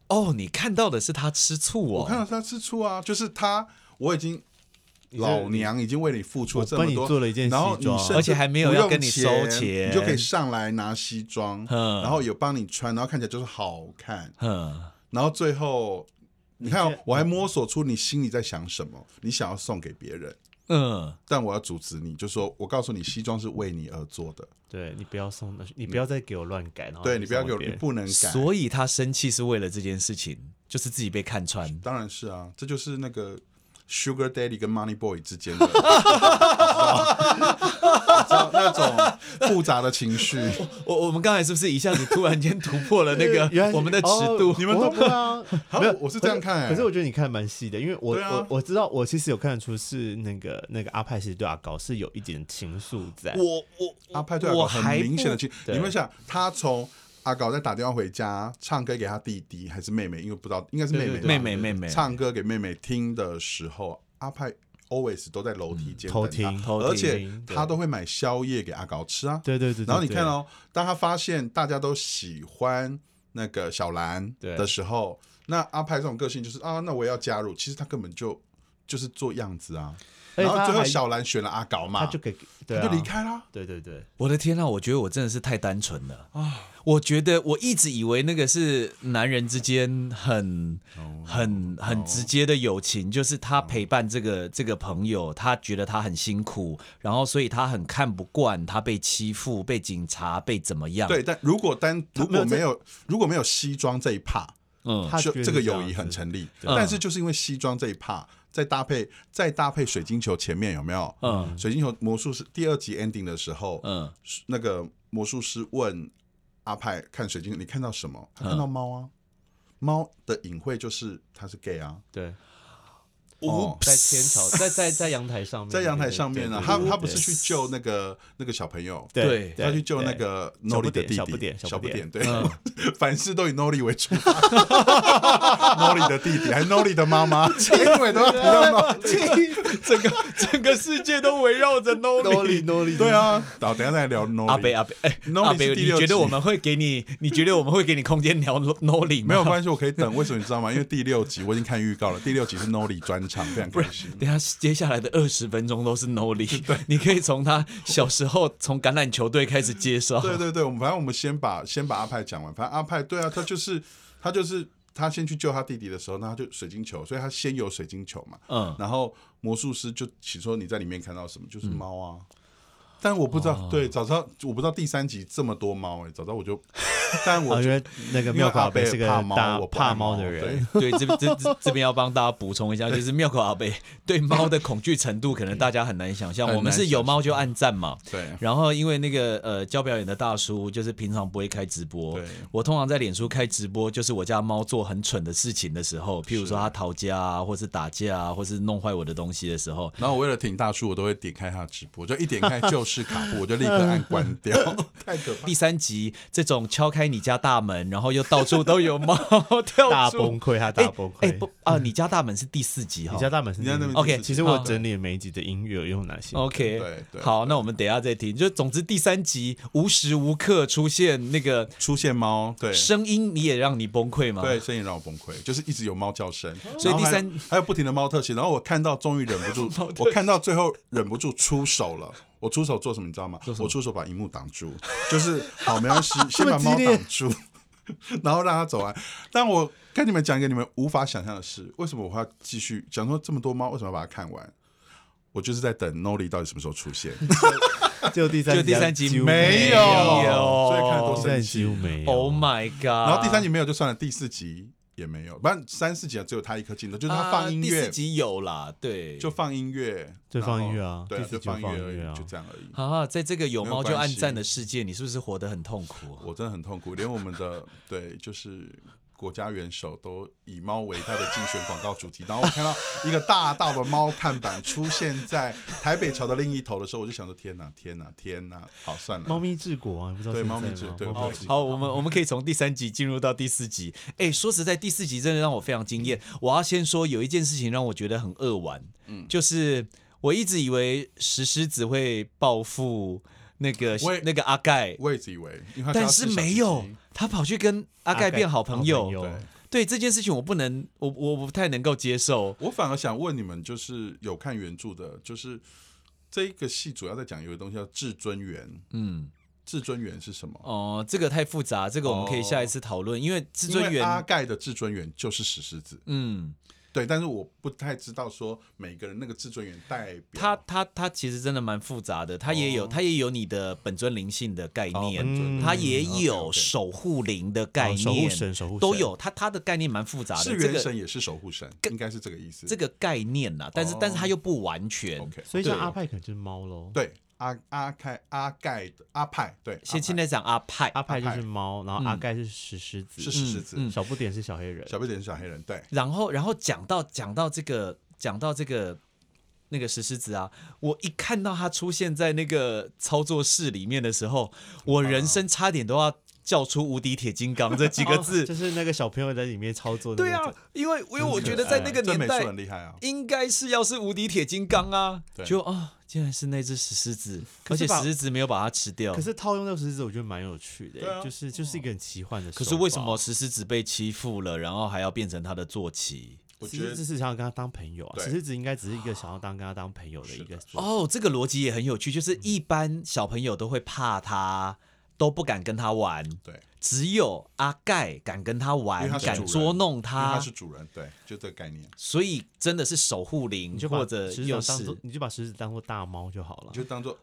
A: 哦，你看到的是他吃醋
B: 我看
A: 哦，
B: 到他吃醋啊，就是他，我已经
C: 这
B: 老娘已经为你付出
C: 我
B: 这么
C: 帮你
B: 多，
C: 做了一件西
B: 然后你
C: 装
B: 甚至
A: 而且还没有
B: 不
A: 要
B: 用
A: 跟你收钱
B: 钱，你就可以上来拿西装，
A: 嗯
B: 然后有帮你穿，然后看起来就是好看，
A: 嗯，
B: 然后最后。你看
C: 你
B: 哦
C: 这，
B: 我还摸索出你心里在想什么，你想要送给别人，
A: 嗯，
B: 但我要阻止你，就说我告诉你，西装是为你而做的，
C: 对你不要送，你不要再给我乱改，然后
B: 对你不要给我，
C: 哦
B: 你
C: 送别人
B: 不能改。
A: 所以他生气是为了这件事情，就是自己被看穿。
B: 当然是啊，这就是那个 Sugar Daddy 跟 Money Boy 之间的你知道那种复杂的情绪。
A: 我我们刚才是不是一下子突然间突破了那个我们的尺度？
B: 你们都
C: 不知道，
B: 啊
C: 没有，
B: 我是这样看欸
C: 可是我觉得你看蛮细的，因为我
B: 对啊
C: 我我知道，我其实有看得出是那个那个阿派其实对阿高是有一点情愫在。
A: 我我
B: 阿派对阿
A: 我
B: 搞
A: 还
B: 很明显的
A: 不
B: 情，
C: 对
B: 你们想，他从阿搞在打电话回家唱歌给他弟弟还是妹妹，因为不知道应该是妹妹吧，
A: 妹
C: 对
A: 妹妹妹
B: 啊唱歌给妹妹听的时候，阿派 always 都在楼梯间
C: 嗯偷
B: 等她
C: 听
A: 偷
B: 而且
C: 听
B: 他
C: 对
B: 都会买宵夜给阿搞吃啊。
C: 对对对对
B: 然后你看
C: 对
B: 哦，当他发现大家都喜欢那个小兰
C: 对
B: 的时候，那阿派这种个性就是啊，那我也要加入。其实他根本就就是做样子啊。
C: 而且
B: 然后
C: 哎他
B: 最后
C: 还
B: 小兰选了阿搞嘛，
C: 他就给对
B: 他
C: 啊
B: 就离，开啦。
C: 对对对，
A: 我的天啊！我觉得我真的是太单纯了啊！我觉得我一直以为那个是男人之间很、
B: 哦
A: 很、很直接的友情，就是他陪伴这个这个朋友，他觉得他很辛苦，然后所以他很看不惯他被欺负、被警察、被怎么样。
B: 对，，但如果单如
C: 没
B: 果
C: 有
B: 没有如果没有西装这一趴，
A: 嗯，
C: 他
B: 就
C: 觉得
B: 这个
C: 是
B: 友
C: 样
B: 谊很
C: 子
B: 成立。
A: 嗯
B: 但是就是因为西装这一趴，再搭配再搭配水晶球前面有没有？
A: 嗯，
B: 水晶球魔术师第二集 ending 的时候，
A: 嗯，
B: 那个魔术师问阿派看水晶，你看到什么？他看到猫啊，猫的隐晦就是他是 gay 啊，
C: 对，
B: 哦
C: 在天桥，在在在阳台上面，
B: 在阳台上面啊，
C: 对
B: 他
C: 对对
B: 他不
C: 哦对
B: 是去救那个那个小朋友，
A: 对
C: 对，
B: 他去救那
C: 对
B: 个
C: 小
B: Nolly
C: 不
B: 的
C: 点
B: 弟弟，
C: 小不点小
B: 小
C: 不
B: 不
C: 点
B: 点，对， 凡事都以 Nolly 为出发，Nolly 的弟弟还 Nolly 的妈妈，结尾都要提到 Nolly，
A: 整个整个世界都围绕 着 No l y
C: no 力
B: 对啊，好，等一下再聊
A: 阿北
B: Nolly，
A: 阿北，哎、
B: Nolly
A: 阿北，
B: 是第
A: 你
B: 六
A: 觉
B: 集
A: 得我们会给你？你觉得我们会给你空间聊 No l y
B: 没有关系，我可以等，为什么你知道吗？因为第六集我已经看预告了，第六集是 Nolly 专场，非常开心。
A: 等一下接下来的二十分钟都是 No l y 你可以从他小时候从橄榄球队开始介绍。
B: 对对对，我们反正我们先把先把阿派讲完，反正阿派对啊，他就是他就是他先去救他弟弟的时候，那他就水晶球，所以他先有水晶球嘛，
A: 嗯，
B: 然后魔术师就起说你在里面看到什么，就是
C: 嗯
B: 猫啊。但我不知道，
C: 哦
B: 对，早知道我不知道第三集这么多猫哎、早知道我就，但我
C: 我
B: 就
C: 觉得那个哦妙
B: 因为
C: 可
B: 阿
C: 阿
B: 贝
C: 贝是个
B: 怕猫
C: 大
B: 我不
C: 怕
B: 爱
C: 猫
B: 猫
C: 的人，
A: 对，这这这这边要帮大家补充一下，就是妙可阿贝对猫的恐惧程度，可能大家很难想象。
B: 很难
A: 我们是有猫就暗赞嘛。
B: 对
A: 然后因为那个呃教表演的大叔，就是平常不会开直播
B: 对。
A: 我通常在脸书开直播，就是我家猫做很蠢的事情的时候，譬如说它逃家啊，或是打架啊，或是弄坏我的东西的时候，
B: 然后我为了挺大叔，我都会点开他的直播，就一点开就是卡布，我就立刻按关 掉，太可怕了。
A: 第三集这种敲开你家大门，然后又到处都有 猫跳出，
C: 大崩溃，他
A: 哎
C: 大崩
A: 哎
C: 溃。
A: 不啊！你家大门是第四集哈
C: 你。家大本是
B: 你家
C: 哪
B: 那
C: 里
B: 边
A: OK，
C: 其实我整理了每一集的音乐有哪些
B: 哦
A: OK，
B: 对对
A: 好，那我们等一下再听。就总之第三集无时无刻出现那个
B: 出现猫， 对，
A: 声音，你也让你崩溃吗？
B: 对，声音让我崩溃，就是一直有猫叫声，
A: 啊哦所以
B: 然后
A: 第
B: 还
A: 三
B: 有还有不停的猫特写，然后我看到终于忍 不住，我看到最后忍不住出手了。我出手做什么，你知道吗？我出手把荧幕挡住，就是好，没 关系，先把猫
C: 这么激烈
B: 挡住， 然后让它走完。但我跟你们讲一个你们无法想象的事，为什么我还要继续讲说这么多猫，为什么要把它看完？我就是在等 Nolly 到底什么时候出 现，
A: 啊
C: 就第三
A: 就第三集
C: 几乎
A: 没有
B: 所以看得多
C: 第三
B: 生
C: 集几乎
B: 气。
C: 没有。
A: ，Oh my God！
B: 然后第三集没有就算了，第四集也没有，反正三四集啊只有他一颗镜头，就是他
A: 啊
B: 放音
A: 第
B: 乐
A: 四，集有啦，对，
B: 就放音乐，
C: 就
B: 然
C: 放音
B: 后
C: 乐啊
B: 对
C: 第
B: 啊，
C: 四
B: 就
C: 集就
B: 放音乐
C: 放
B: 而
C: 音乐啊
B: 已，就这样而已。
A: 啊，在这个有
B: 没有
A: 猫就
B: 关
A: 暗
B: 系
A: 赞的世界，你是不是活得很痛苦啊？
B: 我真的很痛苦，连我们的对就是。国家元首都以猫为他的竞选广告主题，然后我看到一个大大的猫看板出现在台北桥的另一头的时候，我就想说：天哪，天哪，天哪！好，算了，
C: 猫咪治国啊，你不知道
B: 对
C: 现在
B: 猫咪
C: 吗
B: 治对
C: 猫
B: 猫
C: 咪
B: 咪
C: 治
B: 治
A: 好，我们我们可以从第三集进入到第四集。哎，说实在，第四集真的让我非常惊艳。我要先说有一件事情让我觉得很扼腕，
B: 嗯
A: 就是我一直以为石狮子会报复那个
B: 我也
A: 那个阿盖，
B: 我也自以为，因为他
A: 但
B: 要
A: 是
B: 吃小
A: 没
B: 鸡
A: 有
B: 鸡，
A: 他跑去跟阿盖变好朋
C: 好朋
A: 友
C: 友。
B: 对，
A: 对这件事情，我不能，我我我不太能够接受。
B: 我反而想问你们，就是有看原著的，就是这一个戏主要在讲有个东西叫至尊园，
A: 嗯，
B: 至尊园是什么？
A: 哦，这个太复杂，这个我们可以下一次讨论，因为至尊
B: 因为阿
A: 园，
B: 盖的至尊园就是石狮子，
A: 嗯。
B: 对，但是我不太知道说每个人那个至尊园代表
A: 它它它其实真的蛮复杂的，它也有、它也有你的本尊灵性的概
B: 哦
A: 念，
B: 本尊
A: 它
B: 嗯
A: 也
B: OK，OK
A: 有守护灵的概
C: 哦
A: 念，
C: 守护神守护
A: 都
C: 神
A: 有，它它的概念蛮复杂的，
B: 是
A: 啊这
B: 元
A: 个
B: 神也是守护神，应该是这个意思。
A: 啊这个概念呐、但是、但是它又不完全
B: OK
C: 所以像
A: 对
C: 阿派可能就是猫喽。
B: 对阿阿开阿盖的阿派，对，
A: 现现
B: 阿派
A: 在讲阿派，
C: 阿派就
B: 阿派
C: 是猫，然后阿盖是石狮子，
B: 是石狮子，
A: 嗯
C: 小不点是小黑人，
B: 小不点是小黑人，对，
A: 然后然后讲到讲到这个讲到这个那个石狮子啊，我一看到他出现在那个操作室里面的时候，我人生差点都要叫出“无敌铁金刚”这几个字。
C: 哦 就是那个小朋友在里面操作的
A: 对
C: 那种。
A: 啊，因为因为我觉得在那个
B: 哎这
A: 年
B: 美
A: 代
B: 术很厉害啊，
A: 应该是要是无敌铁金刚啊，
B: 对
A: 就啊、竟然是那只石狮子，而
C: 可
A: 且
C: 是把
A: 石狮子没有把它吃掉。
C: 可是套用那个石狮子，我觉得蛮有趣的、欸
B: 对啊
C: 就是就是一个很奇幻的手
A: 可
C: 法。
A: 是为什么石狮子被欺负了，然后还要变成他的坐骑？
B: 我
C: 石
B: 觉
C: 狮
B: 得
C: 子是想要跟他当朋友啊？
B: 对
C: 石狮子应该只是一个想要当跟他当朋友的一个做法。
A: 哦，这个逻辑也很有趣，就是一般小朋友都会怕他，都不敢跟他玩，
B: 对，因为
A: 只有阿盖敢跟他
B: 因为
A: 玩
B: 他，是主
A: 敢
B: 人
A: 捉弄
B: 他
A: 他
B: 是，主人，对，就这个概念，
A: 所以真的是守护灵
C: 你就把
A: 或者
C: 石
A: 又
C: 狮子当做
A: 是。
C: 你就把石狮子当做大猫就好了
B: 你。就当做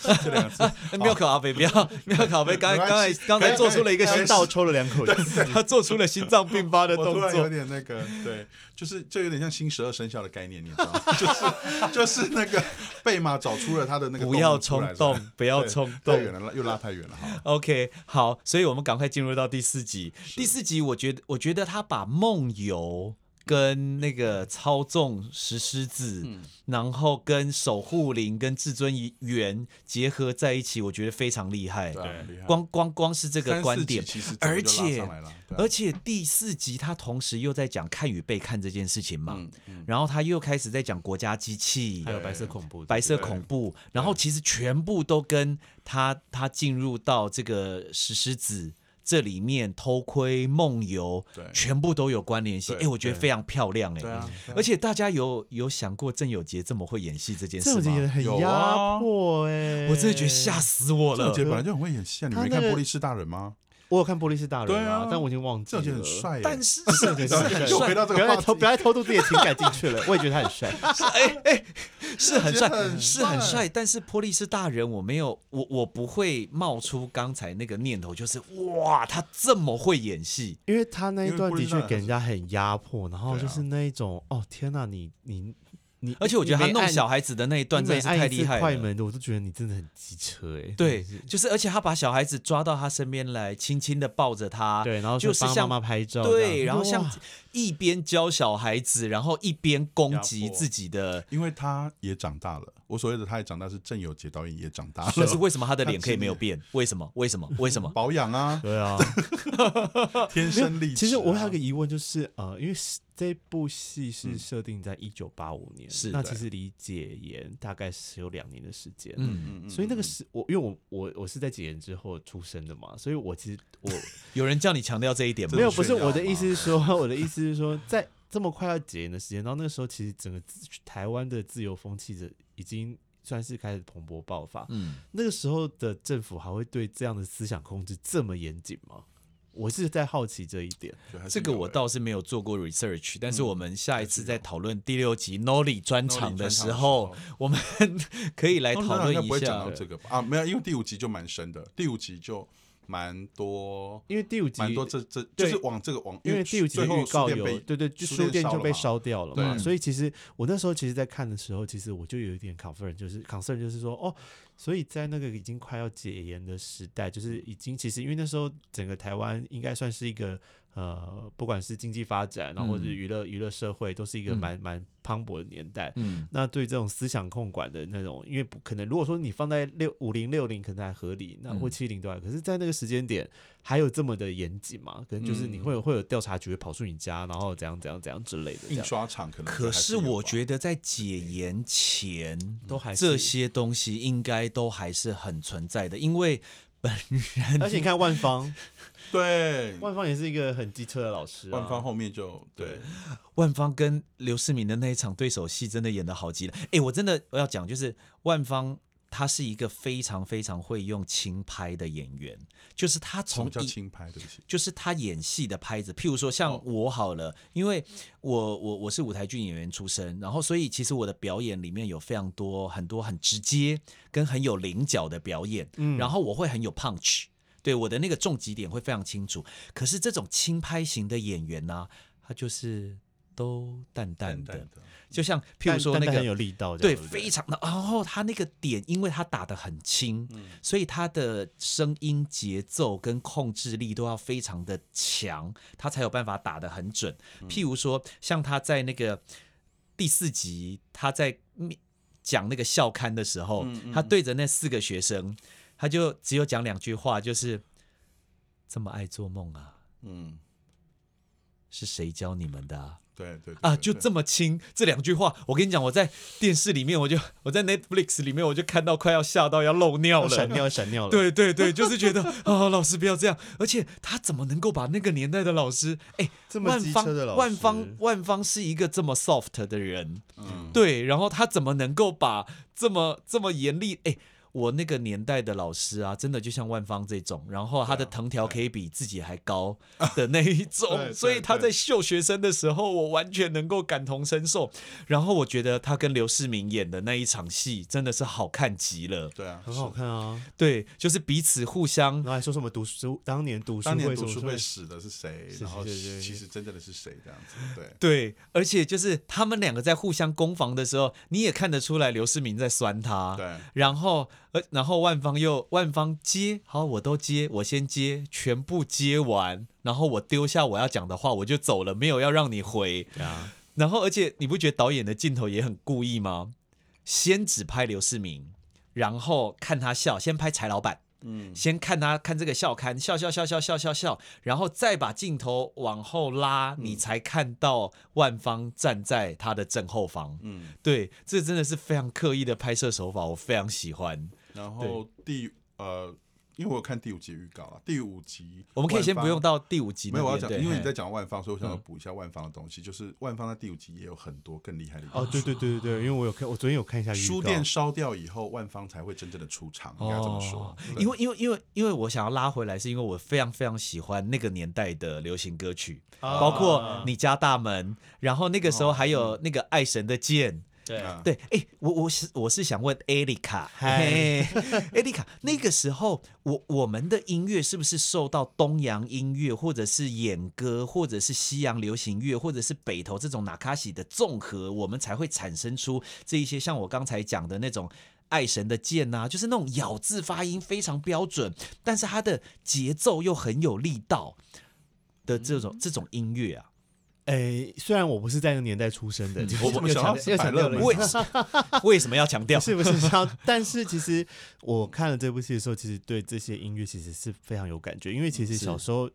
B: 这两个字，
A: 妙呃可阿飞，不要妙可阿飞，刚 刚
B: 没关
A: 才
B: 系
A: 刚才做出了一个
B: 可以
A: 心
B: 先倒
A: 抽了两口气，他做出了心脏病发的
B: 我
A: 动
B: 突然
A: 作
B: 有。点那个，对，就是就有点像新十二生肖的概念，你知道吗？就是就是那个贝马找出了他的那个
A: 不要
B: 动物出来
A: 冲动
B: 是吧
A: 不要
B: 对
A: 冲
B: 太
A: 动
B: 远了，又拉太远了，好，
A: OK，好，所以我们赶快进入到第四集。第四集，我觉得，我觉得他把梦游跟那个操纵石狮子，
B: 嗯
A: 然后跟守护灵跟至尊元结合在一起，我觉得非常厉害。
B: 对啊，很厉害
A: 光光光是这个
B: 三
A: 观
B: 四集
A: 点，
B: 其实整
A: 而
B: 个就拉
A: 且
B: 上来了对啊
A: 而且第四集他同时又在讲看与被看这件事情嘛，
B: 嗯嗯
A: 然后他又开始在讲国家机器，
C: 还有白色恐怖，
A: 白色恐怖，然后其实全部都跟他他进入到这个石狮子这里面偷窥梦游
B: 对，
A: 全部都有关联性。
B: 对
A: 哎，我觉得非常漂亮
B: 对
A: 哎
B: 啊。对啊
A: 而且大家有有想过郑有杰这么会演戏这件
C: 这
A: 事
C: 种也
A: 吗？
C: 很
B: 有
C: 压
B: 啊
C: 迫哎、
A: 我真的觉得吓死我
B: 郑
A: 了
B: 有。杰本来就很会演戏啊，你
C: 他
B: 没
C: 那
B: 看《
C: 个
B: 玻璃是大人》吗？
C: 我有看《玻璃是大人》
B: 对啊
C: 但我已经忘记
B: 郑
C: 了。
B: 有杰很帅耶，
A: 但是是是
C: 对
A: 很
B: 又回
A: 帅，
B: 到这
C: 不要
B: 个话
C: 再偷
B: 题
C: 不，要再偷渡自己的情感进去了，我也觉得他很帅。
A: 哎哎，是很
B: 郑有杰
A: 帅，
B: 很
A: 是很
B: 帅
A: 帅。但是波利斯大人，我没有，我我不会冒出刚才那个念头，就是哇，他这么会演戏。
C: 因为他那一
B: 因为
C: 段
B: 不
C: 的
B: 知道
C: 确
B: 他
C: 给
B: 是
C: 人家很压迫，然后
B: 对
C: 就
B: 啊
C: 是那一种、哦天哪，你你你，
A: 而且我觉得他
C: 你每
A: 弄
C: 按
A: 小孩子的那一段
C: 你
A: 真的
C: 每
A: 是
C: 按一
A: 太
C: 次
A: 厉害
C: 快
A: 了。
C: 门的我都觉得你真的很机车哎、
A: 对，就是而且他把小孩子抓到他身边来，轻轻的抱着他，
C: 对，然后
A: 就
C: 说
A: 是
C: 帮
A: 像
C: 妈妈拍照这样，
A: 对，然后像
C: 哇
A: 一边教小孩子，然后一边攻
B: 压
A: 击
B: 迫
A: 自己的。
B: 因为他也长大了。我所谓的他也长大，是郑有杰导演也长大了，
A: 但是为什么他的脸可以没有变？为什么？为什么？为什么？
B: 保养啊，
C: 对 啊。
B: 天生丽质啊。
C: 其实我还有一个疑问，就是呃，因为是这部戏是设定在一九八五年，
A: 嗯是
C: 那
B: 对
C: 其实离解严大概只有两年的时间，
A: 嗯，
B: 嗯，嗯
C: 所以那个是我，因为我我我是在解严之后出生的嘛，所以我其实 我
A: 有人叫你强调这一点吗
B: 这
C: 没有，
B: 是
C: 不是
B: 炫耀
C: 我的
B: 吗
C: 意思是说，我的意思是说，在这么快要解严的时间，到那个时候，其实整个自台湾的自由风气的已经算是开始蓬勃爆发。
A: 嗯，
C: 那个时候的政府还会对这样的思想控制这么严谨吗？我是在好奇这一点。
B: 对还是
A: 这个
B: 有
A: 我
B: 欸
A: 倒是没有做过 research，但是我们下一次在讨论第六集 Nolly 专场的时候
B: 专场，
A: 我们 可以来
B: 通
A: 讨
B: 常应该
A: 论
B: 哦不
A: 一
B: 会讲
A: 下
B: 到。这个吧？啊，没有，因为第五集就蛮深的，第五集就蛮多，
C: 因为第五集，
B: 蛮多这这
C: 对
B: 就是往这个往，
C: 因为第五集
B: 最
C: 的
B: 后
C: 预告
B: 书店
C: 有，
B: 被
C: 对对，就
B: 书
C: 书店
B: 烧
C: 就
B: 了
C: 被
B: 嘛
C: 烧掉了嘛，
B: 对
C: 所以其实我那时候其实，在看的时候，其实我就有一点 concern，就是 concern 就是说，哦，所以在那个已经快要解严的时代，就是已经其实因为那时候整个台湾应该算是一个呃，不管是经济发展，啊然后
B: 嗯
C: 或者是娱乐娱乐社会，都是一个
A: 嗯
C: 蛮蛮磅礴的年代。
A: 嗯，
C: 那对这种思想控管的那种，因为不可能，如果说你放在六五零六零可能还合理，那或
A: 嗯
C: 七零都还，可是，在那个时间点还有这么的严谨嘛？可能就是你会有、会有调查局会跑出你家，然后怎样怎样怎样之类的这
B: 印
C: 样。
B: 刷厂可能
A: 可
B: 还
A: 是
B: 有
A: 我
B: 吧
A: 觉得在解严前，
C: 都还是
A: 这些东西应该都还是很存在的，因为本人
C: 而且你看万 芳，
B: 对
C: 万芳也是一个很机车的老师、啊。
B: 万方后面就对
A: 万芳跟刘世明的那一场对手戏真的演的好极了。哎，我真的我要讲，就是万芳他是一个非常非常会用轻拍的演员，就是他
B: 什
A: 从
B: 么叫
A: 一
B: 轻拍？对不起，
A: 就是他演戏的拍子，譬如说像
B: 哦
A: 我好了，因为我我我是舞台剧演员出身，然后所以其实我的表演里面有非常多很多很直接跟很有棱角的表演，
B: 嗯
A: 然后我会很有 punch，对我的那个啊重击点会非常清楚。可是这种轻拍型的演员呢、他就是都淡淡
B: 淡
A: 的
B: 淡，的，
A: 就像譬如说
C: 但
A: 那
C: 但很
A: 个。
C: 有力道这
A: 对，
C: 样，不
A: 非常的。然后他那个点，因为他打得很轻，所以他的声音、节奏跟控制力都要非常的强，他才有办法打得很准。譬如说，像他在那个第四集，他在面讲那个校刊的时候，他对着那四个学生，他就只有讲两句话，就是这么爱做梦啊，
B: 嗯，
A: 是谁教你们的啊？
B: 对对
A: 啊，
B: 对
A: 就
B: 对
A: 这么轻，这两句话，我跟你讲，我在电视里面，我就 我在 Netflix 里面，我就看到快要吓到要漏尿
C: 要闪
A: 了。
C: 尿闪尿了，，
A: 对对对，就是觉得 啊，老师不要这样。而且他怎么能够把那个年代的老师，哎，
C: 这么
A: 万
C: 机
A: 方
C: 车的老师，
A: 万方万方是一个这么 soft 的人，
B: 嗯
A: 对，然后他怎么能够把这么这么严厉，哎。我那个年代的老师啊，真的就像万芳这种，然后
B: 啊
A: 他的藤条可以比自己还高的那 一种，
B: 对对
A: 所以他在秀学生的时候，我完全能够感同身受。然后我觉得他跟刘世明演的那一场戏真的是好看极了，
B: 对啊，
C: 很好
B: 是。
C: 看啊。
A: 对，就是彼此互相
C: 然后还说什么读书，当年读书
B: 当年
C: 会
B: 读书会
C: 什
B: 死的是谁？
C: 是
B: 然后
C: 是是
B: 其
C: 是
B: 实真正的是谁？这样子，对，
A: 对，而且就是他们两个在互相攻防的时候，你也看得出来刘世明在酸
C: 啊
A: 他，
B: 对
A: 然后，呃，然后万方又万方接，好，我都接，我先接，全部接完，然后我丢下我要讲的话，我就走了，没有要让你回。
C: 么啊，
A: 然后，而且你不觉得导演的镜头也很故意吗？先只拍刘世明，然后看他笑，先拍柴老板，
B: 嗯，
A: 先看他看这个笑刊，笑笑笑笑笑笑笑，然后再把镜头往后拉，你才看到万方站在他的正后方。
B: 嗯，
A: 对，这真的是非常刻意的拍摄手法，我非常喜欢。
B: 然后第呃，因为我有看第五集预告了，第五集
A: 我们可以先
B: 万
A: 不
B: 方
A: 用到第五集那
B: 没
A: 边，
B: 有，我要讲，
A: 对
B: 因为你
A: 嘿
B: 在讲万方，
C: 嗯
B: 所以我想要补一下万方的东西。就是万方在第五集也有很多更厉害的
C: 哦，
B: 元素
C: 对对对对对，因为我有看，我昨天有看一下预告
B: 书店烧掉以后，万方才会真正的出场，应该这么说
A: 哦。
B: 对
A: 因为因为因为因为我想要拉回来，是因为我非常非常喜欢那个年代的流行歌曲，
C: 啊
A: 包括你家大门，然后那个时候还
B: 嗯
A: 有那个爱神的剑。
C: 对
B: 啊
A: 对，哎、我我是我是想问艾丽卡，
C: 嗨
A: 嘿，艾丽卡，那个时候我我们的音乐是不是受到东洋音乐，或者是演歌，或者是西洋流行乐，或者是北投这种纳卡西的综合，我们才会产生出这一些像我刚才讲的那种。爱神的剑呐、就是那种咬字发音非常标准，但是它的节奏又很有力道的这
C: 嗯
A: 种、这种音乐啊，
C: 哎，虽然我不是在那个年代出生的，就是
B: 嗯我怎么
C: 又
B: 想到
C: 强
B: 是
C: 又
B: 百
C: 强
B: 乐
C: 调了
B: 门
C: 一
A: 为
C: 下
A: 为什么要强调？
C: 是不是这样？但是其实我看了这部戏的时候，其实对这些音乐其实是非常有感觉，因为其实
A: 是
C: 小时候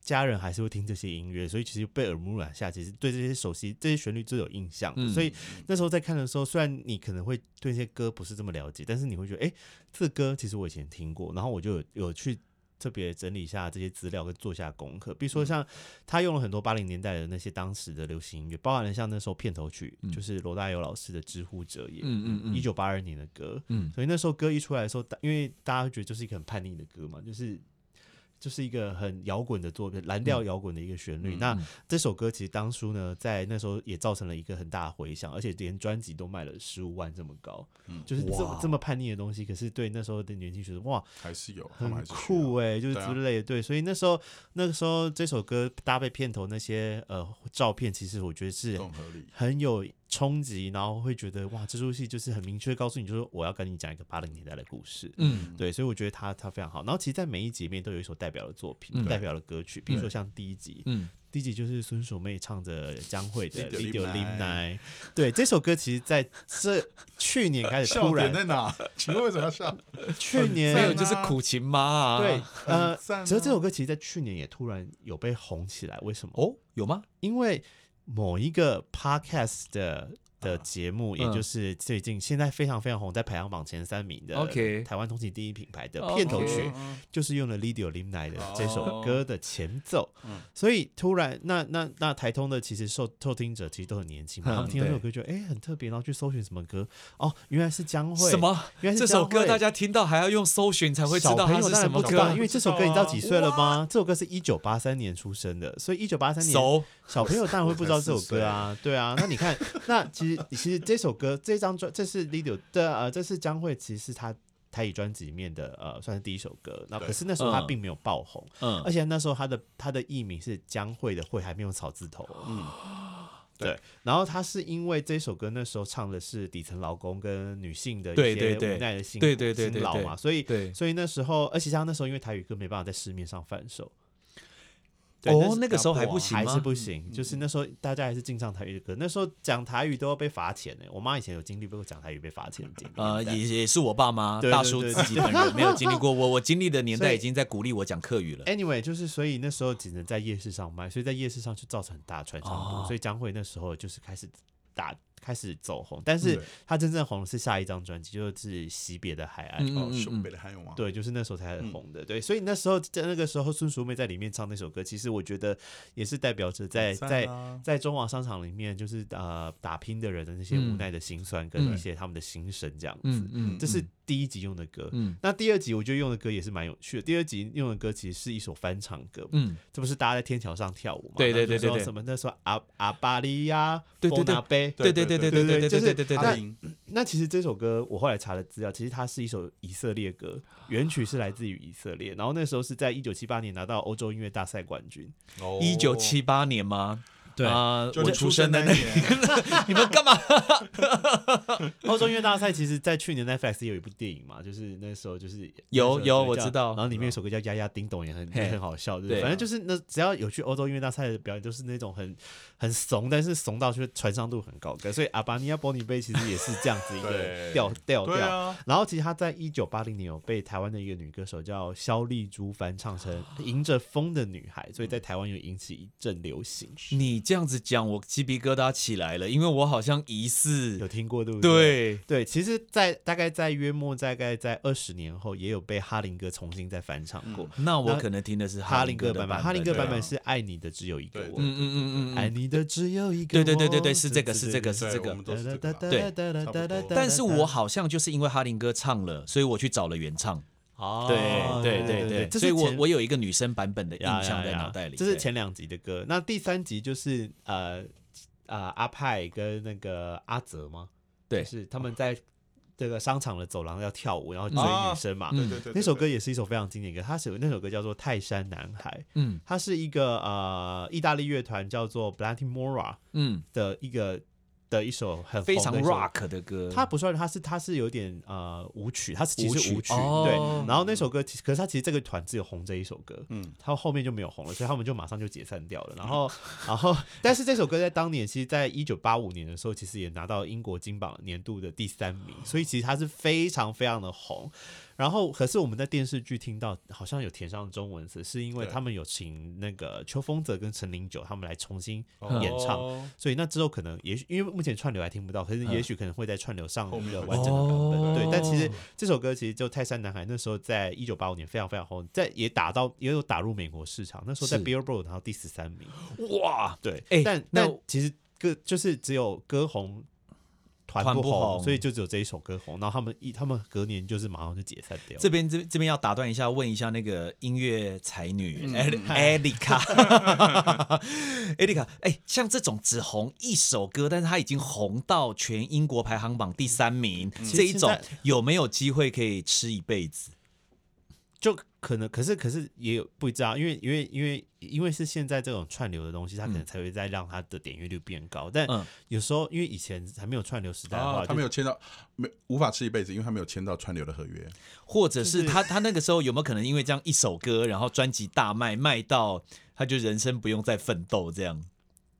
C: 家人还是会听这些音乐，所以其实被耳濡目染下，其实对这些熟悉、这些旋律最有印象的。
A: 嗯
C: 所以那时候在看的时候，虽然你可能会对这些歌不是这么了解，但是你会觉得，哎、这个歌其实我以前听过，然后我就有有去。特别整理一下这些资料跟做一下功课，比
A: 嗯
C: 如说像他用了很多八零年代的那些当时的流行音乐，包含了像那时候片头曲，就是罗大佑老师的《知乎者也》，
A: 嗯
C: 一九八二年的歌，
A: 嗯
C: 所以那时候歌一出来的时候，大因为大家会觉得就是一个很叛逆的歌嘛，就是就是一个很摇滚的作品，蓝
B: 嗯
C: 调摇滚的一个旋律。那这首歌其实当初呢，在那时候也造成了一个很大的回响，而且连专辑都卖了十五万这么高，
B: 嗯
C: 就是这
A: 哇
C: 么这么叛逆的东西，可是对那时候的年轻学生，哇，
B: 还是有，他们
C: 很
B: 还是需要
C: 酷哎、就是
B: 对啊
C: 之类的。对，所以那时候那个时候这首歌搭配片头那些呃照片，其实我觉得是
B: 更合理。
C: 很有冲击，然后会觉得哇，这出戏就是很明确告诉你，就是我要跟你讲一个八零年代的故事。
A: 嗯
C: 对，所以我觉得他他非常好。然后其实，在每一集里面都有一首代表的作品，代表的歌曲，比如说像第一集，
A: 嗯，
C: 第一集就是孙淑妹唱着江蕙的《
B: Lead Your
C: Lead Your
B: Limb
C: Limb Night》。对，这首歌其实在这去年开始突
B: 点
C: 然，
B: 在 哪？请问为什么要笑？
C: 去年
A: 还
B: 赞
A: 有就是苦情妈啊，
C: 对，呃
B: 很，赞啊
C: 其实这首歌其实，在去年也突然有被红起来。为什么？
A: 哦，有吗？
C: 因为某一个 podcast 的的节目，也
A: 嗯
C: 就是最近现在非常非常红，在排行榜前三名的
A: OK 哦
C: 台湾通勤第一品牌的
A: OK
C: 片头曲
B: 嗯，嗯嗯
C: 就是用了 Lidio Limni 的
B: 哦
C: 这首歌的前奏，
A: 嗯
C: 所以突然那那那台通的其实受受听者其实都很年轻
A: 嗯
C: 嘛，他们听到这首歌觉得哎、诶很特别，然后去搜寻什么歌哦，原来是江蕙
A: 什。么？
C: 原来是
A: 这首
C: 江
A: 歌
C: 蕙
A: 大家听到还要用搜寻才会知
C: 小
A: 道
C: 朋
A: 它
C: 友
A: 是
C: 当然
A: 什么
C: 不知道
A: 歌
C: 因，为这首歌你知道几岁了吗？这首歌是一九八三年出生的，所以一九八三年
A: 熟
C: 小朋友当然会不知道这首歌啊，对啊。那你看， 那其实其实这首歌这张专这是 Lidio 的呃，这是江蕙，其实是她台语专辑里面的呃，算是第一首歌。那
B: 对
C: 可是那时候她
A: 嗯
C: 并没有爆红，
A: 嗯
C: 而且那时候她的她的艺名是江蕙的蕙，还没有草字头。嗯，
B: 对
C: 然后他是因为这首歌那时候唱的是底层劳工跟女性的一
A: 对对
C: 些
A: 对
C: 无奈的辛
A: 对对对对
C: 辛劳
A: 对
C: 嘛，所以
A: 对
C: 所以那时候，而且像那时候因为台语歌没办法在市面上贩售。对
A: 哦
C: 是
A: 那个时候还不行
C: 啊还
A: 吗嗯
C: 是不行，就是那时候大家还是禁唱台语的歌。那时候讲台语都要被罚钱呢、我妈以前有经历过讲台语被罚钱的经历。
A: 呃，也也是我爸妈
C: 对对
A: 大叔
C: 对
A: 自己本人没有经历过，我我经历的年代
C: 所以
A: 已经在鼓励我讲客语了。
C: Anyway，就是所以那时候只能在夜市上卖，所以在夜市上就造成很大的传唱度，
A: 哦
C: 所以江蕙那时候就是开始打开始走红，但是
B: 对
C: 她真正红的是下一张专辑，就是《惜别的海岸》。
A: 嗯
B: 哦，
A: 嗯
B: 是
A: 嗯
B: 北的还有吗？
C: 对，就是那时候才红的，对，所以那时候在那个时候，孙淑妹在里面唱那首歌，其实我觉得也是代表着在、
B: 好赞
C: 在
B: 啊
C: 在中华商场里面，就是呃打拼的人的那些
A: 嗯
C: 无奈的辛酸跟
A: 嗯
C: 一些他们的心声这样子。
A: 嗯嗯，
C: 这是第一集用的歌，
A: 嗯
C: 那第二集我觉得用的歌也是蛮有趣的。第二集用的歌其实是一首翻唱歌，
A: 嗯，
C: 这不是大家在天桥上跳舞嘛？
A: 对对
C: 然后
A: 对
C: 就
A: 对
C: 说
A: 对
C: 什么那时候阿阿巴利亚，
A: 对对对
C: 波拿贝
A: 对对对对对对对对对对
B: 阿
A: 对，
B: 玲
C: 那其实这首歌我后来查了资料，其实它是一首以色列歌，原曲是来自于以色列，然后那时候是在一九七八年拿到欧洲音乐大赛冠军。
B: 哦
A: 一九七八年吗？
C: 对
A: 啊，
B: 就
A: 我
B: 你
A: 出
B: 出
A: 生
B: 生
A: 的
B: 那
A: 那
B: 一，年，
A: 你们干嘛？
C: 欧洲音乐大赛其实在去年 Netflix 也有一部电影嘛，就是那时候就是
A: 有
C: 那时候
A: 有
C: 叫
A: 我知道
C: 然后里面有首歌叫《丫丫叮咚》，也很
A: 嘿
C: 也很好笑，对不
A: 对
C: 对，反正就是那只要有去欧洲音乐大赛的表演，都是那种很很怂，但是怂到却传唱度很高的，所以阿巴尼亚波尼贝其实也是这样 子一个
B: 对
C: 调调
B: 对
C: 调。
B: 啊，
C: 然后其实他在一九八零年有被台湾的一个女歌手叫肖丽珠翻唱成《迎着风的女孩》，所以在
A: 嗯
C: 台湾有引起一阵流行。
A: 你这样子讲，我鸡皮疙瘩起来了，因为我好像疑
C: 有
A: 似
C: 听过对不对？
A: 对
C: 对，其实在，大概在约莫大概在二十年后，也有被哈林哥重新再翻唱过。
A: 那我可能听的是
C: 嗯
A: 嗯
C: 哈
A: 林
C: 林
A: 哥
C: 哥
A: 的
C: 版
A: 本，
C: 哈林哥版
A: 对
C: 本
A: 啊
C: 是《爱你的哎只有一个
B: 对
C: 我
B: 对》，
A: 嗯嗯嗯嗯
C: 爱
A: 嗯。
C: 你的只有一个
A: 对
C: 我。
A: 对对对对，是这个是这个是
B: 对
A: 这
B: 我
A: 个啊
B: 们。都是这个啦
A: 对但是我
C: 好。
A: 好像就是因为哈林哥唱了，所以我去找了原唱。
C: 哦
A: 对对对
C: 这
A: 所以
C: 是
A: 我
C: 前
A: 我有一个女生版本的印
C: 呀
A: 象
C: 呀
A: 在
C: 呀
A: 脑袋里。
C: 这是
A: 对
C: 前两集的歌，那第三集就是呃呃阿派跟那个阿泽吗？
A: 对
C: 就是他们在这个商场的走廊要跳舞，然后追
B: 啊
C: 女生
A: 嗯
C: 嘛。
B: 对对对，对
C: 嗯那首歌也是一首非常经典的歌，它是那首歌叫做《泰山男孩》，
A: 嗯
C: 它是一个呃意大利乐团叫做 Blantimora
A: 嗯，
C: 的一个的一首很
A: 非常
C: 红的一首
A: rock 的歌。
C: 它不算，它是它是有点呃舞曲，它是其
A: 舞
C: 实
A: 曲
C: 是舞曲
A: 哦
C: 对。然后那首歌其实，可是它其实这个团只有红这一首歌，
B: 嗯
C: 嗯，它后面就没有红了，所以他们就马上就解散掉了。然后， 然后，但是这首歌在当年，其实在一九八五年的时候，其实也拿到英国金榜年度的第三名，所以其实它是非常非常的红。然后，可是我们在电视剧听到好像有填上中文词，是因为
B: 对
C: 他们有请那个邱风泽跟陈零九他们来重新
B: 哦
C: 演唱，所以那之后可能也许，因为目前串流还听不到，可是也许可能会在串流上
B: 后面
C: 的
B: 会
C: 完整的版本。
A: 嗯哦
C: 对，但其实这首歌其实就《泰山男孩》那时候在一九八五年非常非常红，在也打到也有打入美国市场，那时候在
A: 是
C: Billboard 拿到第十三名。
A: 哇，
C: 对，
A: 哎
C: 但
A: 那
C: 但其实歌就是只有歌红。团
A: 团
C: 不
A: 不红
C: 所以就只有这一首歌红，然后他们一他们隔年就是马上就解散掉了。
A: 这边这这边要打断一下，问一下那个音乐才女哎艾丽卡，艾丽卡，哎，像这种只红一首歌，但是她已经红到全英国排行榜第三名，这一种
C: 现在
A: 有没有机会可以吃一辈子？
C: 就可能，可是可是也有不知道，因为因为因为因为是现在这种串流的东西，它可能才会再让它的点阅率变高。但
A: 嗯
C: 有时候因为以前还没有串流时代的话，
B: 啊，他
C: 就
B: 没有签到，没无法吃一辈子，因为他没有签到串流的合约。
A: 或者是
C: 就是
A: 他他那个时候有没有可能因为这样一首歌，然后专辑大卖，卖到他就人生不用再奋斗这样？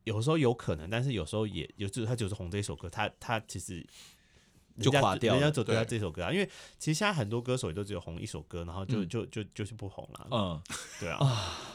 C: 有时候有可能，但是有时候也有就是他就是红这一首歌，他他其实
A: 就垮掉了
C: 人家走对他
B: 对
C: 这首歌啊，因为其实现在很多歌手也都只有红一首歌，然后就、就就就是不红了，
A: 嗯，
C: 对啊，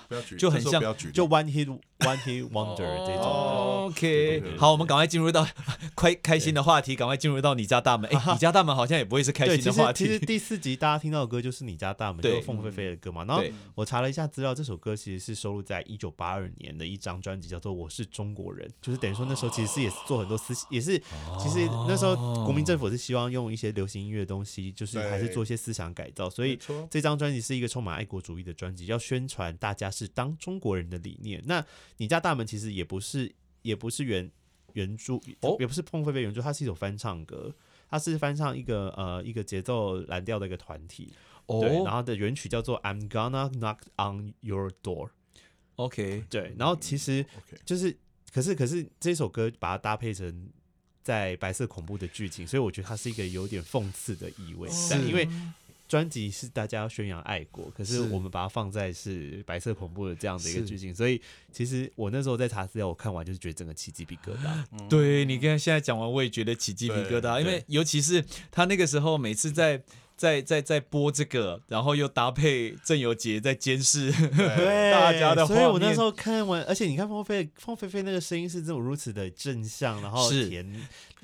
B: 不要举，
A: 就很
B: 这时候
A: 像
B: 不要举例，
C: 就 one hit one hit wonder
B: 哦
C: 这种。
A: OK，
B: 对
A: 好，我们赶快进入到 快开心的话题，赶快进入到你家大 门。哎、你家大门好像也不会是开
C: 对，
A: 心
C: 其
A: 的
C: 实
A: 话
C: 其实
A: 题。
C: 第四集大家听到的歌就是《你家大门》，就
A: 对
C: 是凤飞飞的歌嘛。然后
A: 对
C: 我查了一下资料，这首歌其实是收录在一九八二年的一张专辑，叫做《我是中国人》，就是等于说那时候其实也是做很多思，也是其实那时候国民政府是希望用一些流行音乐的东西，就是还是
B: 对
C: 做一些思想改造，所
B: 没
C: 以
B: 错
C: 这张专辑是一个充满爱国主义的专辑，要宣传大家是当中国人的理念。那你家大门其实也不是也不是原原著，
A: 哦
C: 也不是碰飞飞原著，它是一首翻唱歌，它是翻唱一个呃一个节奏蓝调的一个团体，
A: 哦
C: 对，然后的原曲叫做 I'm Gonna Knock on Your Door，
A: ，OK，
C: 对，然后其实
B: OK
C: 就是。可是可是这首歌把它搭配成在白色恐怖的剧情，所以我觉得它是一个有点讽刺的意味在，
A: 是
C: 因为。专辑是大家要宣扬爱国，可是
A: 是
C: 我们把它放在是白色恐怖的这样的一个
A: 是
C: 剧情，所以其实我那时候在查资料，我看完就是觉得整个起鸡皮疙瘩。
A: 对你刚现在讲完，我也觉得起鸡皮疙瘩，
B: 对
A: 因为尤其是他那个时候每次在。在在在播这个，然后又搭配郑有杰在监视
C: 对
A: 大家的画
C: 所
A: 面，
C: 以我那时候看完，而且你看凤飞凤飞飞那个声音是这种如此的正向，然后
A: 是
C: 甜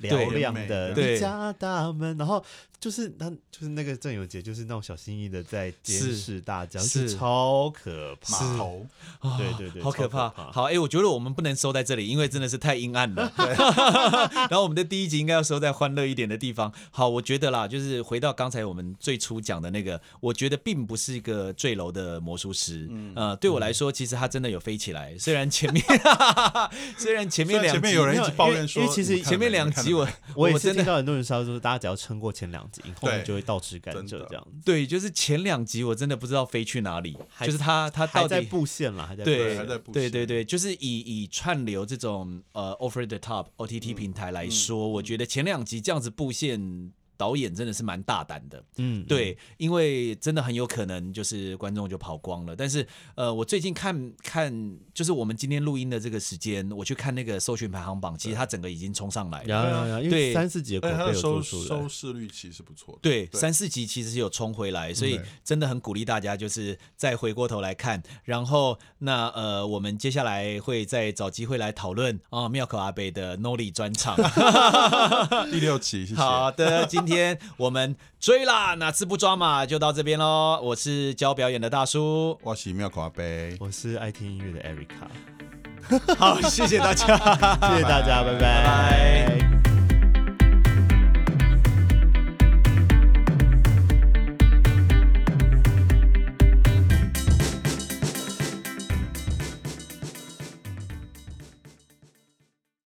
C: 嘹亮的
A: 对
C: 一家大门，然后就是他就是那个郑有杰就是那种小心翼翼的在监
A: 是
C: 视大家，
A: 是
C: 是超可怕。
B: 码头，
A: 啊
C: 对对 对
A: 好可怕
C: 超可怕
A: 好，哎、我觉得我们不能收在这里，因为真的是太阴暗了。 然后我们的第一集应该要收在欢乐一点的地方。好，我觉得啦，就是回到刚才我们最初讲的那个，我觉得并不是一个坠楼的魔术师。呃，对我来说，其实他真的有飞起来，虽然前面， 虽然前
B: 虽
A: 面
B: 然
A: 两
B: 前面
A: 集
B: 有人一
C: 没
B: 直
C: 有
B: 抱
C: 因为
B: 怨说，
C: 因为其实
B: 你们看了
A: 前面
B: 没
A: 两集我
C: 我也是
A: 真的
C: 听到很多人说，说大家只要撑过前两集，后面
B: 对
C: 就会倒吃甘
B: 真
C: 蔗
B: 的
C: 这样子。
A: 对，就是前两集我真的不知道飞去哪里，
C: 还
A: 就是他他
C: 还
A: 到
C: 在
A: 底
C: 布线啦，还在布
A: 对，
C: 线
B: 还在布
A: 对
B: 线
A: 对对，就是以以串流这种呃 over the top OTT 平台来说，我觉得前两集这样子布线。导演真的是蛮大胆的，
C: 嗯，
A: 对，因为真的很有可能就是观众就跑光了。但是，呃，我最近看看，就是我们今天录音的这个时间，我去看那个搜寻排行榜，其实它整个已经冲上来了。
C: 嗯然后，然后然后因
A: 对
C: 为三四集的
B: 而且它
C: 广
B: 的
C: 被有
B: 哎收
C: 做出
B: 收
C: 来，
B: 视率其实不错的，
A: 对，
B: 对
A: 三四集其实有冲回来，所以
B: 对
A: 真的很鼓励大家，就是再回过头来看。然后，那呃，我们接下来会再找机会来讨论啊、妙可阿北的 Noli 专场。
B: 第六期，谢谢。
A: 好的，今天我们追啦，哪次不抓嘛，就到这边喽。我是教表演的大叔，
B: 我是妙可阿贝。
C: 我是爱听音乐的 Erica，
A: 好，谢谢大家。
C: 谢谢大家，
A: 拜
C: 拜拜